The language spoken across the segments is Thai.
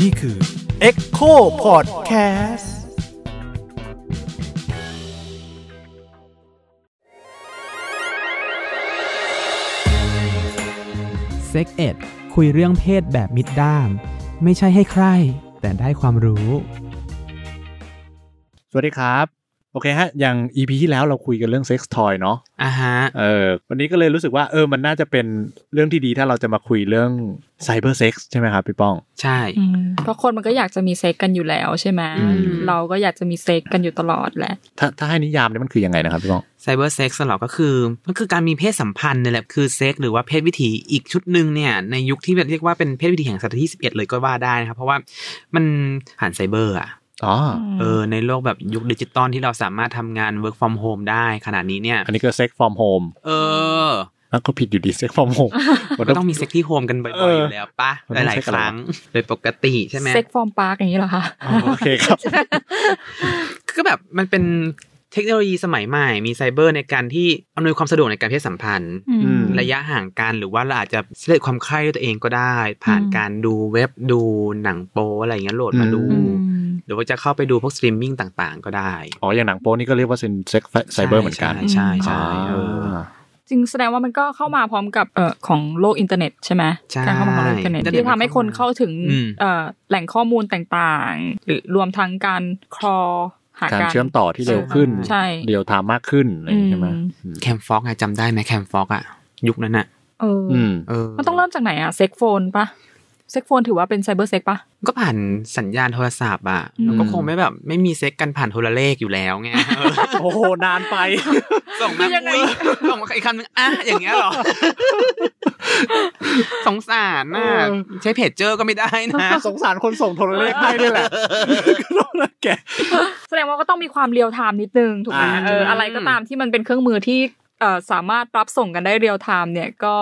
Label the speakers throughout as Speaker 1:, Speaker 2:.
Speaker 1: นี่คือ
Speaker 2: Echo Podcast
Speaker 3: เซ็กเอ็ดคุยเรื่องเพศแบบมิดด้าม ไม่ใช่ให้ใคร แต่ได้ความรู้
Speaker 2: สวัสดีครับ โอเคฮะ อย่าง EP ที่แล้วเราคุยกันเรื่องเซ็กส์ทอยเนาะ
Speaker 3: อ่ะฮะ
Speaker 2: เออ วันนี้ก็เลยรู้สึกว่า เออ มันน่าจะเป็นเรื่องที่ดีถ้าเราจะมาคุยเรื่องไซเบอร์เซ็กส์ใช่ไหมครับพี่ป้อง
Speaker 3: ใช่
Speaker 4: อืมเพราะคนมันก็อยากจะมีเซ็กกันอยู่แล้วใช่ไหม
Speaker 3: อืม
Speaker 4: เราก็อยากจะมีเซ็กกันอยู่ตลอดแหละ
Speaker 2: ถ้าถ้าให้นิยามเนี่ยมันคือยังไงนะครับพี่ป้อง
Speaker 3: ไซเบอร์เซ็กซ์หรอก็คือมันคือการมีเพศสัมพันธ์นี่แหละคือเซ็กหรือว่าเพศวิถีอีกชุดหนึ่งเนี่ย ในยุคที่เรียกว่าเป็นเพศวิถีแห่งศตวรรษที่ 11 เลยก็ว่าได้นะครับ เพราะว่ามันผ่านไซเบอร์อ่ะ
Speaker 2: อ๋อ
Speaker 3: เออ ในโลกแบบยุคดิจิตอลที่เราสามารถทำงาน work from home ได้ขนาดนี้เนี่ย
Speaker 2: อันนี้ก็เซ็กฟอร์มโฮม
Speaker 3: เออ
Speaker 2: แล้วก็ผิดอยู่ดีเซ็กฟอร์มโฮม
Speaker 3: ก็ต้องมีเซ็กที่โฮมกันบ่อย
Speaker 2: เอ
Speaker 3: ๆ
Speaker 2: อ
Speaker 3: อยู่แล้วปะ
Speaker 2: มัน
Speaker 3: ห
Speaker 2: ต้อง
Speaker 3: ลาย
Speaker 2: เซ็
Speaker 3: ๆค
Speaker 2: กอะไรวะ
Speaker 3: รั้งโดยปกติใช่ไหม
Speaker 4: เซ็กฟอร์มปาร์กอย่างนี้เหรอคะ
Speaker 2: อ๋อโอเคครับ
Speaker 3: ก็แบบมันเป็นเทคโนโลยีสมัยใหม่ มีไซเบอร์ในการที่อำนวยความสะดวกในการเพศสัมพันธ์
Speaker 4: อืม
Speaker 3: ระยะห่างกันหรือว่าเราอาจจะเสด็จความใคร่ด้วยตัวเองก็ได้ ผ่าน
Speaker 4: อืม
Speaker 3: การดูเว็บดูหนังโป๊อะไรอย่างเงี้ยโหลดมาดู
Speaker 2: อื
Speaker 4: อืม
Speaker 3: หรือว่าจะเข้าไปดูพวกสตรีมมิ่งต่างๆ ก็ได้
Speaker 2: อ๋อ อย่างหนังโป๊นี่ก็เรียกว่าเป็นเซ็กไซเบอร์เหมือนกัน
Speaker 3: ใช่ใช่ใช่เออ
Speaker 2: อ่า
Speaker 4: จริงแสดงว่ามันก็เข้ามาพร้อมกับเอ่อของโลกอินเทอร์เน็ตใช่ไหม
Speaker 3: ใช่
Speaker 4: การเข้ามาของโลกอินเทอร์เน็ตที่ทำให้คนเข้าถึง
Speaker 3: อืม
Speaker 4: เอ่อแหล่งข้อมูลต่างๆ หรือรวมทั้งการคลอหา
Speaker 2: การ
Speaker 4: กัน
Speaker 2: เชื่อมต่อที่เร็วขึ้น
Speaker 4: ใช่
Speaker 2: เรียวไทม์มากขึ้นอะไรอย่างงี้ใช่ไหม
Speaker 4: อืม
Speaker 3: แคมฟ็อกจำได้ไหมแคมฟ็อกอะยุคนั้นอะ
Speaker 4: เอออ
Speaker 2: อืม
Speaker 3: เออ
Speaker 4: มันต้องเริ่มจากไหนอะเซ็กโฟนปะเซ็กโฟนถือว่าเป็นไซเบอร์เซ็กปะ
Speaker 3: ก็ผ่านสัญญาณโทรศัพท์อะ
Speaker 4: อืม
Speaker 3: แล้วก็คงไม่แบบไม่มีเซ็กกันผ่านโทรเลขอยู่แล้วไง เออ
Speaker 2: โอ้โห นานไป
Speaker 3: ส่งมา
Speaker 4: คือยังไง
Speaker 3: อุ๊ยส่งมาอีกคำหนึ่งอ่ะอย่างเงี้ยเหรอ สงสารนะ
Speaker 2: เออ
Speaker 3: ใช้เพจเจอร์ก็ไม่ได้นะ
Speaker 2: สงสารคนส่งโทรเลขให้ ด้วยแหละแก
Speaker 4: แสดงว่าก็ต้องมีความเรียลไทม์นิดนึงถูกไหม
Speaker 2: อ่า
Speaker 4: เอออะไรก็ตามที่มันเป็นเครื่องมือที่เอ่อสามารถรับส่งกันได้เรียลไทม์เนี่ยก็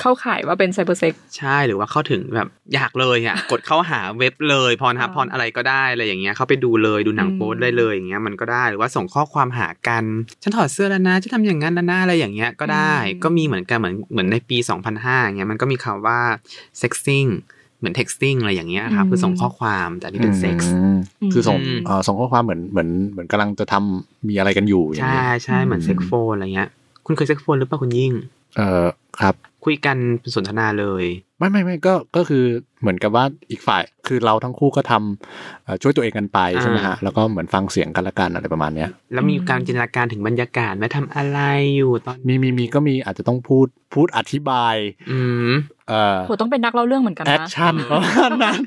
Speaker 4: เข้าข่ายว่าเป็นไซเบอร์เซ็ก
Speaker 3: ใช่หรือว่าเข้าถึงแบบอยากเลย อ่ะ กดเข้าหาเว็บเลยพรฮับ
Speaker 4: อ่า
Speaker 3: พรอะไรก็ได้อะไรอย่างเงี้ยเข้าไปดูเลยดูหนัง
Speaker 4: อืม
Speaker 3: โป๊ได้เลยอย่างเงี้ยมันก็ได้หรือว่าส่งข้อความหากัน ฉันถอดเสื้อแล้วนะฉันทำอย่างนั้นแล้วนะอะไรอย่างเงี้ยก็ได้ก็มีเหมือนกันเหมือนเหมือนในปี 2005อย่างเงี้ยมันก็มีคำว่า sexting เหมือน texting อะไรอย่างเงี้ยครับคือส่งข้อความแต่อันนี่เป็นเซ็กซ์
Speaker 2: คือส่ง
Speaker 3: อืม
Speaker 2: เอ่อส่งข้อความเหมือนเหมือนเหมือนกำลังจะทำมีอะไรกันอยู่อย่าง
Speaker 3: ใช่
Speaker 2: นี้
Speaker 3: ใช่เหมือน
Speaker 2: อืม
Speaker 3: เซ็กโฟนอะไรเงี้ย คุณเคยเซ็กโฟนหรือเปล่าคุณยิ่ง
Speaker 2: เออครับ
Speaker 3: คุยกันเป็นสนทนาเลย
Speaker 2: ไม่ไม่ไม่ก็ก็คือเหมือนกับว่าอีกฝ่าย คือเราทั้งคู่ก็ทำเอ่อช่วยตัวเองกันไปใช่ไหมฮะ แล้วก็เหมือนฟังเสียงกันและกันอะไรประมาณเนี้ย
Speaker 3: แล้วมีการจินตนาการถึงบรรยากาศไหมทำอะไรอยู่ตอน
Speaker 2: มีมีมีก็มีอาจจะต้องพูดพูดอธิบาย
Speaker 3: อืม
Speaker 2: เอ่อ
Speaker 4: โหต้องเป็นนักเล่าเรื่องเหมือนกัน
Speaker 2: แอค
Speaker 4: นะ
Speaker 2: ชั่นประมาณนั้น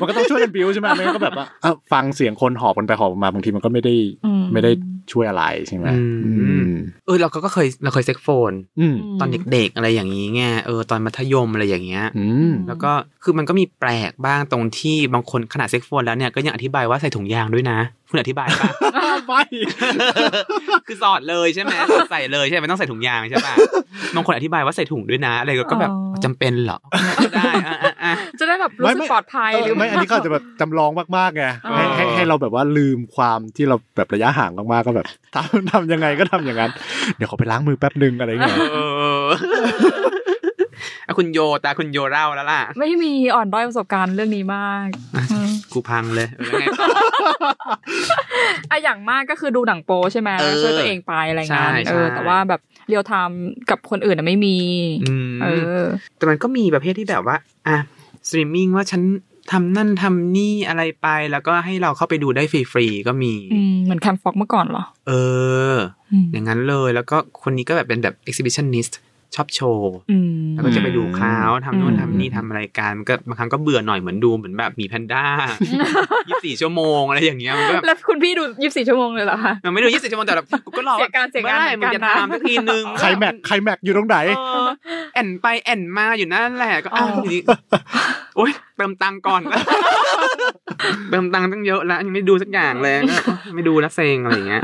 Speaker 2: มันก็ต้องช่วยกันบิวใช่ไหมไม่งั้นก็แบบว่าเอ้าฟังเสียงคนหอบกันไปหอบกันมาบางทีมันก็ไม่ได้
Speaker 4: อืม
Speaker 2: ไม่ได้ช่วยอะไรใช่ไหม
Speaker 3: อืม
Speaker 2: อืม
Speaker 3: เออเราก็เคยเราเคยเซ็กโฟน
Speaker 2: อืม
Speaker 4: ม
Speaker 3: ตอนเด็กๆอะไรอย่างนี้ไงเออตอนมัธยมอะไรอย่างเงี้ย
Speaker 2: อืม
Speaker 3: แล้วก็คือมันก็มีแปลกบ้างตรงที่บางคนขนาดเซ็กโฟนแล้วเนี่ยก็ยังอธิบายว่าใส่ถุงยางด้วยนะ คุณอธิบายป่ะ
Speaker 2: ไม่
Speaker 3: คือสอดเลยใช่ไหมสอดใส่เลยใช่ไหมต้องใส่ถุงยางใช่ป่ะบางคนอธิบายว่าใส่ถุงด้วยนะ อะไรก็ก็แบบ
Speaker 4: อ๋อ
Speaker 3: จำเป็นเหรอก็ได้อ่ะอ่ะอ่ะ
Speaker 4: จะได้แบบรู้สึกปลอดภัยหรือ
Speaker 2: ไม่อันนี้ก็อาจจะแบบจำลองมากๆไง
Speaker 4: อ๋อ
Speaker 2: ให้ให้ให้เราแบบว่าลืมความที่เราแบบระยะห่างมากๆก็แบบทำทำยังไงก็ทำอย่างนั้น เดี๋ยวขอไปล้างมือแป๊บนึงอะไรอย่างเงี้ย
Speaker 3: เอออะคุณโยตาคุณโยเล่าแล้วล่ะ
Speaker 4: ไม่มีอ่อนด้อยประสบการณ์เรื่องนี้มากเออ
Speaker 3: กูพังเลยแล้วไงต่อ
Speaker 4: อะอย่างมากก็คือดูหนังโป๊ใช่ไหม
Speaker 3: เออ
Speaker 4: ช่วยตัวเองไปอะไรเงี้ย
Speaker 3: ใช่ใช่
Speaker 4: เออ แต่ว่าแบบเรียลไทม์กับคนอื่นน่ะไม่มี
Speaker 3: อื
Speaker 4: เอ
Speaker 3: ม
Speaker 4: อ
Speaker 3: แต่มันก็มีประเภทที่แบบว่าอ่ะสตรีมมิ่งว่าฉันทำนั่นทำนี่อะไรไป แล้วก็ให้เราเข้าไปดูได้ฟรีๆก็มี
Speaker 4: อืมเหมือนแคมฟ็อกเมื่อก่อนเหรอ
Speaker 3: เออ
Speaker 4: อืม
Speaker 3: อย่างนั้นเลยแล้วก็คนนี้ก็แบบเป็นแบบ exhibitionist ชอบโชว์
Speaker 4: อืม
Speaker 3: แล้วก็จะไปดูเขาทำนู่น
Speaker 2: อืม
Speaker 3: ทำนี่ทำอะไรกันมันก็บางครั้งก็เบื่อหน่อยเหมือนดูเหมือนแบบหมีแพน ด้ายี่สิบสี่ชั่วโมงอะไรอย่างเงี้ยมันก็แบบ
Speaker 4: แล้วคุณพี่ดูยี่สิบสี่ชั่วโมงเลยเหรอคะ
Speaker 3: มันไม่ดูยี่สิบชั่วโมงแต่แบบกูก็รอ
Speaker 4: เสียการเสีย
Speaker 3: ไม่
Speaker 4: งาน
Speaker 3: ได้
Speaker 4: เหมื
Speaker 3: มึ
Speaker 4: อน
Speaker 3: ง
Speaker 4: กัน
Speaker 3: จะ
Speaker 4: นะ
Speaker 3: ตามสักทีนึง
Speaker 2: ใครแม็กใครแม็กอยู่ตรงไหน
Speaker 3: เออแอนไปแอนมาอยู่นั่นแหละก็อ้าว
Speaker 4: อ๋ออ
Speaker 3: ยู่ดีโอ๊ยเติมตังค์ก่อน เติมตังค์ตั้งเยอะแล้วยังไม่ดูสักอย่างเลยก็ไม่ดูแล้วเซ็งอะไรอย่างเงี้ย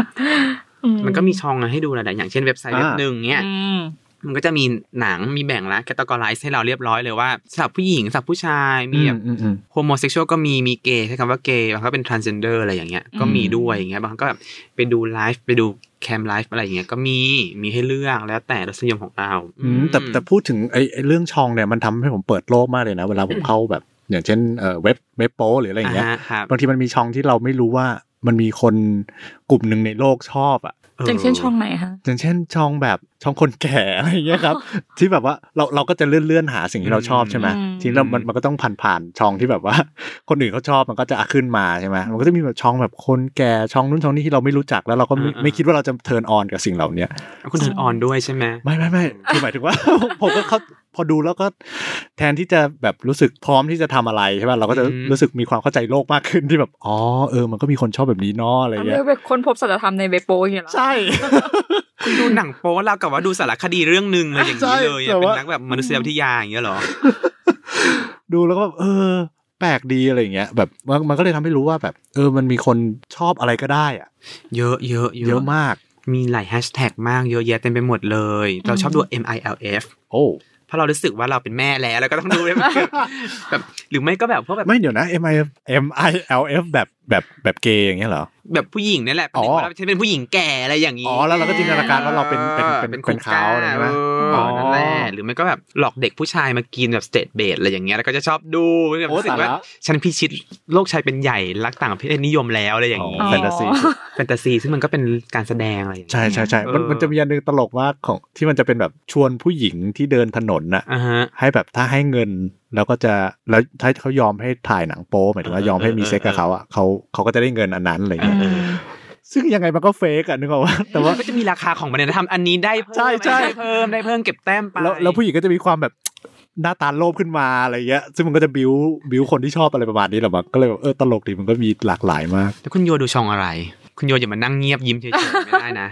Speaker 3: มันก็มีช่องให้ดูหลายๆอย่างเช่นเว็บไซต์
Speaker 2: อ่า
Speaker 3: เว็บหนึ่งเนี้ย
Speaker 4: อืม
Speaker 3: มันก็จะมีหนังมีแบ่งละแคตตากรไลซ์ให้เราเรียบร้อยเลยว่าสำหรับผู้หญิงสำหรับผู้ชายมีแบบ
Speaker 2: อืมอืม
Speaker 3: โฮโมเซ็กชวลก็มีมีเกย์ใช้คำว่าเกย์บางครั้งเป็นทราน s เ e นเดอร์อะไรอย่างเงี้ยก็มี
Speaker 2: อืม
Speaker 3: ด้วยอย่างเงี้ยบางครั้งก็แบบไปดูไลฟ์ไปดูแคมไลฟ์อะไรอย่างเงี้ยก็มีมีให้เลือกแล้วแต่รสนิยมของเรา
Speaker 2: อืมแต่แต่พูดถึงไอ้ไอ้เรื่องชองเนี่ยมันทำให้ผมเปิดโลกมากเลยนะ เวลาผมเข้าแบบ อย่างเช่นเอ่อเว็บเว็บโป้หรืออะไรอย่างเงี้ย
Speaker 3: าฮะครับ
Speaker 2: บางทีมันมีช่องที่เราไม่รู้ว่ามันมีคนกลุ่มหนึ่งในโลกชอบอ่ะ
Speaker 4: อย่างเช่นช่องไหนคะ
Speaker 2: อย่างเช่นช่องแบบช่องคนแก่อะไรอย่างเงี้ ยครับ ที่แบบว่าเราเราก็จะเลื่อนเลื่อนๆหาสิ่งที่เราชอบใช่ไหม
Speaker 4: อืม
Speaker 2: ทีนี้เรามันมันก็ต้องผ่านผ่านช่องที่แบบว่า คนอื่นเขาชอบมันก็จะอ่ะขึ้นมาใช่ไหมมันก็จะมีแบบช่องแบบคนแก่ช่องนู้นช่องนี้ที่เราไม่รู้จักแล้วเราก็ไม่ไม่คิดว่าเราจะเทิร์นออนกับสิ่งเหล่าเนี้ย
Speaker 3: คุณถึงออนด้วยใช่ไหม
Speaker 2: ไม่ไม่ ไม่คือหมายถึง ว่า ผมผมก็เขาพอดูแล้วก็แทนที่จะแบบรู้สึกพร้อมที่จะทำอะไรใช่ป่ะเราก็จะ
Speaker 3: อืม
Speaker 2: รู้สึกมีความเข้าใจโลกมากขึ้นที่แบบอ๋อเออ มันก็มีคนชอบแบบนี้เนาะอะไรเงี้ย
Speaker 4: เว็บคนพบสัจธรรมในเว็บโป้อย่างเงี้ยเหรอ
Speaker 2: ใช่
Speaker 3: คุณดูหนังโป๊เรากับว่าดูสารคดีเรื่องหนึ่งเลยอย่าง
Speaker 2: ใช่
Speaker 3: นี้เลยอะ
Speaker 2: แต่
Speaker 3: เป็น
Speaker 2: ว่า
Speaker 3: นักแบบมนุษยวิทยาอย่างเงี้ยเหรอ
Speaker 2: ดูแล้วก็แบบเออ แปลกดีอะไรเงี้ยแบบมันมันก็เลยทำให้รู้ว่าแบบ เออมันมีคนชอบอะไรก็ได้อะ
Speaker 3: เยอะเยอะ
Speaker 2: เยอะมาก
Speaker 3: มีหลายแฮชแท็กมากเยอะแยะเต็มไปหมดเลย เราชอบดู MILF
Speaker 2: โอ้
Speaker 3: เพราะเรารู้สึกว่าเราเป็นแม่แล้วเราก็ต้องดูแบบ แบบหรือไม่ก็แบบพวกแบบ
Speaker 2: ไม่เดี๋ยวนะ M I M I L F แบบแบบแบบเกย์อย่างเงี้ยเหรอ
Speaker 3: แบบผู้หญิงนี่แหละ
Speaker 2: อ๋อ
Speaker 3: เป็นว่าเราฉันเป็นผู้หญิงแก่อะไรอย่างนี้
Speaker 2: อ๋อแล้วเราก็จินตนาการว่าเราเป็นเป็นเป็น
Speaker 3: เป็นคุ
Speaker 2: เป็
Speaker 3: ณ
Speaker 2: นเขาอะไร
Speaker 3: ใช่
Speaker 2: ใช่ไหม
Speaker 3: เออนั่นแหละ
Speaker 2: อ๋อ
Speaker 3: หรือไม่ก็แบบหลอกเด็กผู้ชายมากินแบบสเตทเบดอะไรอย่างเงี้ยแล้วก็จะชอบดูแบบ
Speaker 2: โอ้
Speaker 3: รู้สึ
Speaker 2: แต่
Speaker 3: ก
Speaker 2: ละ
Speaker 3: ว่าฉันพิชิตโลกชายเป็นใหญ่รักต่างเพศนิยมแล้วอะไรอย่าง
Speaker 2: อ๋อ
Speaker 3: นี้
Speaker 2: แฟนตาซี
Speaker 3: แฟนตาซีซึ่งมันก็เป็นการแสดงอะไรอย่างเงี้ย
Speaker 2: ใช่ใช่ใช่มัน
Speaker 3: เออ
Speaker 2: มันจะมีอันหนึงตลกมากของที่มันจะเป็นแบบชวนผู้หญิงที่เดินถนนน่ะ
Speaker 3: อ่าฮะ
Speaker 2: ให้แบบถ้าให้เงินแล้วก็จะแล้วถ้าเขายอมให้ถ่ายหนังโป๊หมายถึงว่า
Speaker 3: เออย
Speaker 2: อมให้มี
Speaker 3: เออ
Speaker 2: เซ็กกับ
Speaker 3: เออ
Speaker 2: เขาอ่ะเขาเขาก็จะได้เงินอันนั้นอะไรเงี้ย
Speaker 4: อืม
Speaker 2: ซึ่งยังไงมันก็เฟกอ่ะนึกออกว่าแต่ว่า
Speaker 3: มันก็จะมีราคาของมันเนี่ยทำอันนี้ได้เพิ่ม
Speaker 2: ใช่ใช่
Speaker 3: ได้เพิ่มได้เพิ่มเก็บแต้มไป
Speaker 2: แล้วแล้วผู้หญิงก็จะมีความแบบหน้าตาโลภขึ้นมาอะไรเงี้ยซึ่งมันก็จะบิวบิวคนที่ชอบอะไรประมาณนี้แหละมั้งก็เลยแบบเออตลกดีมันก็มีหลากหลายมาก
Speaker 3: แล้วคุณโยดูช่องอะไร คุณโยอย่ามานั่งเงียบยิ้มเฉยๆไม่ได้นะ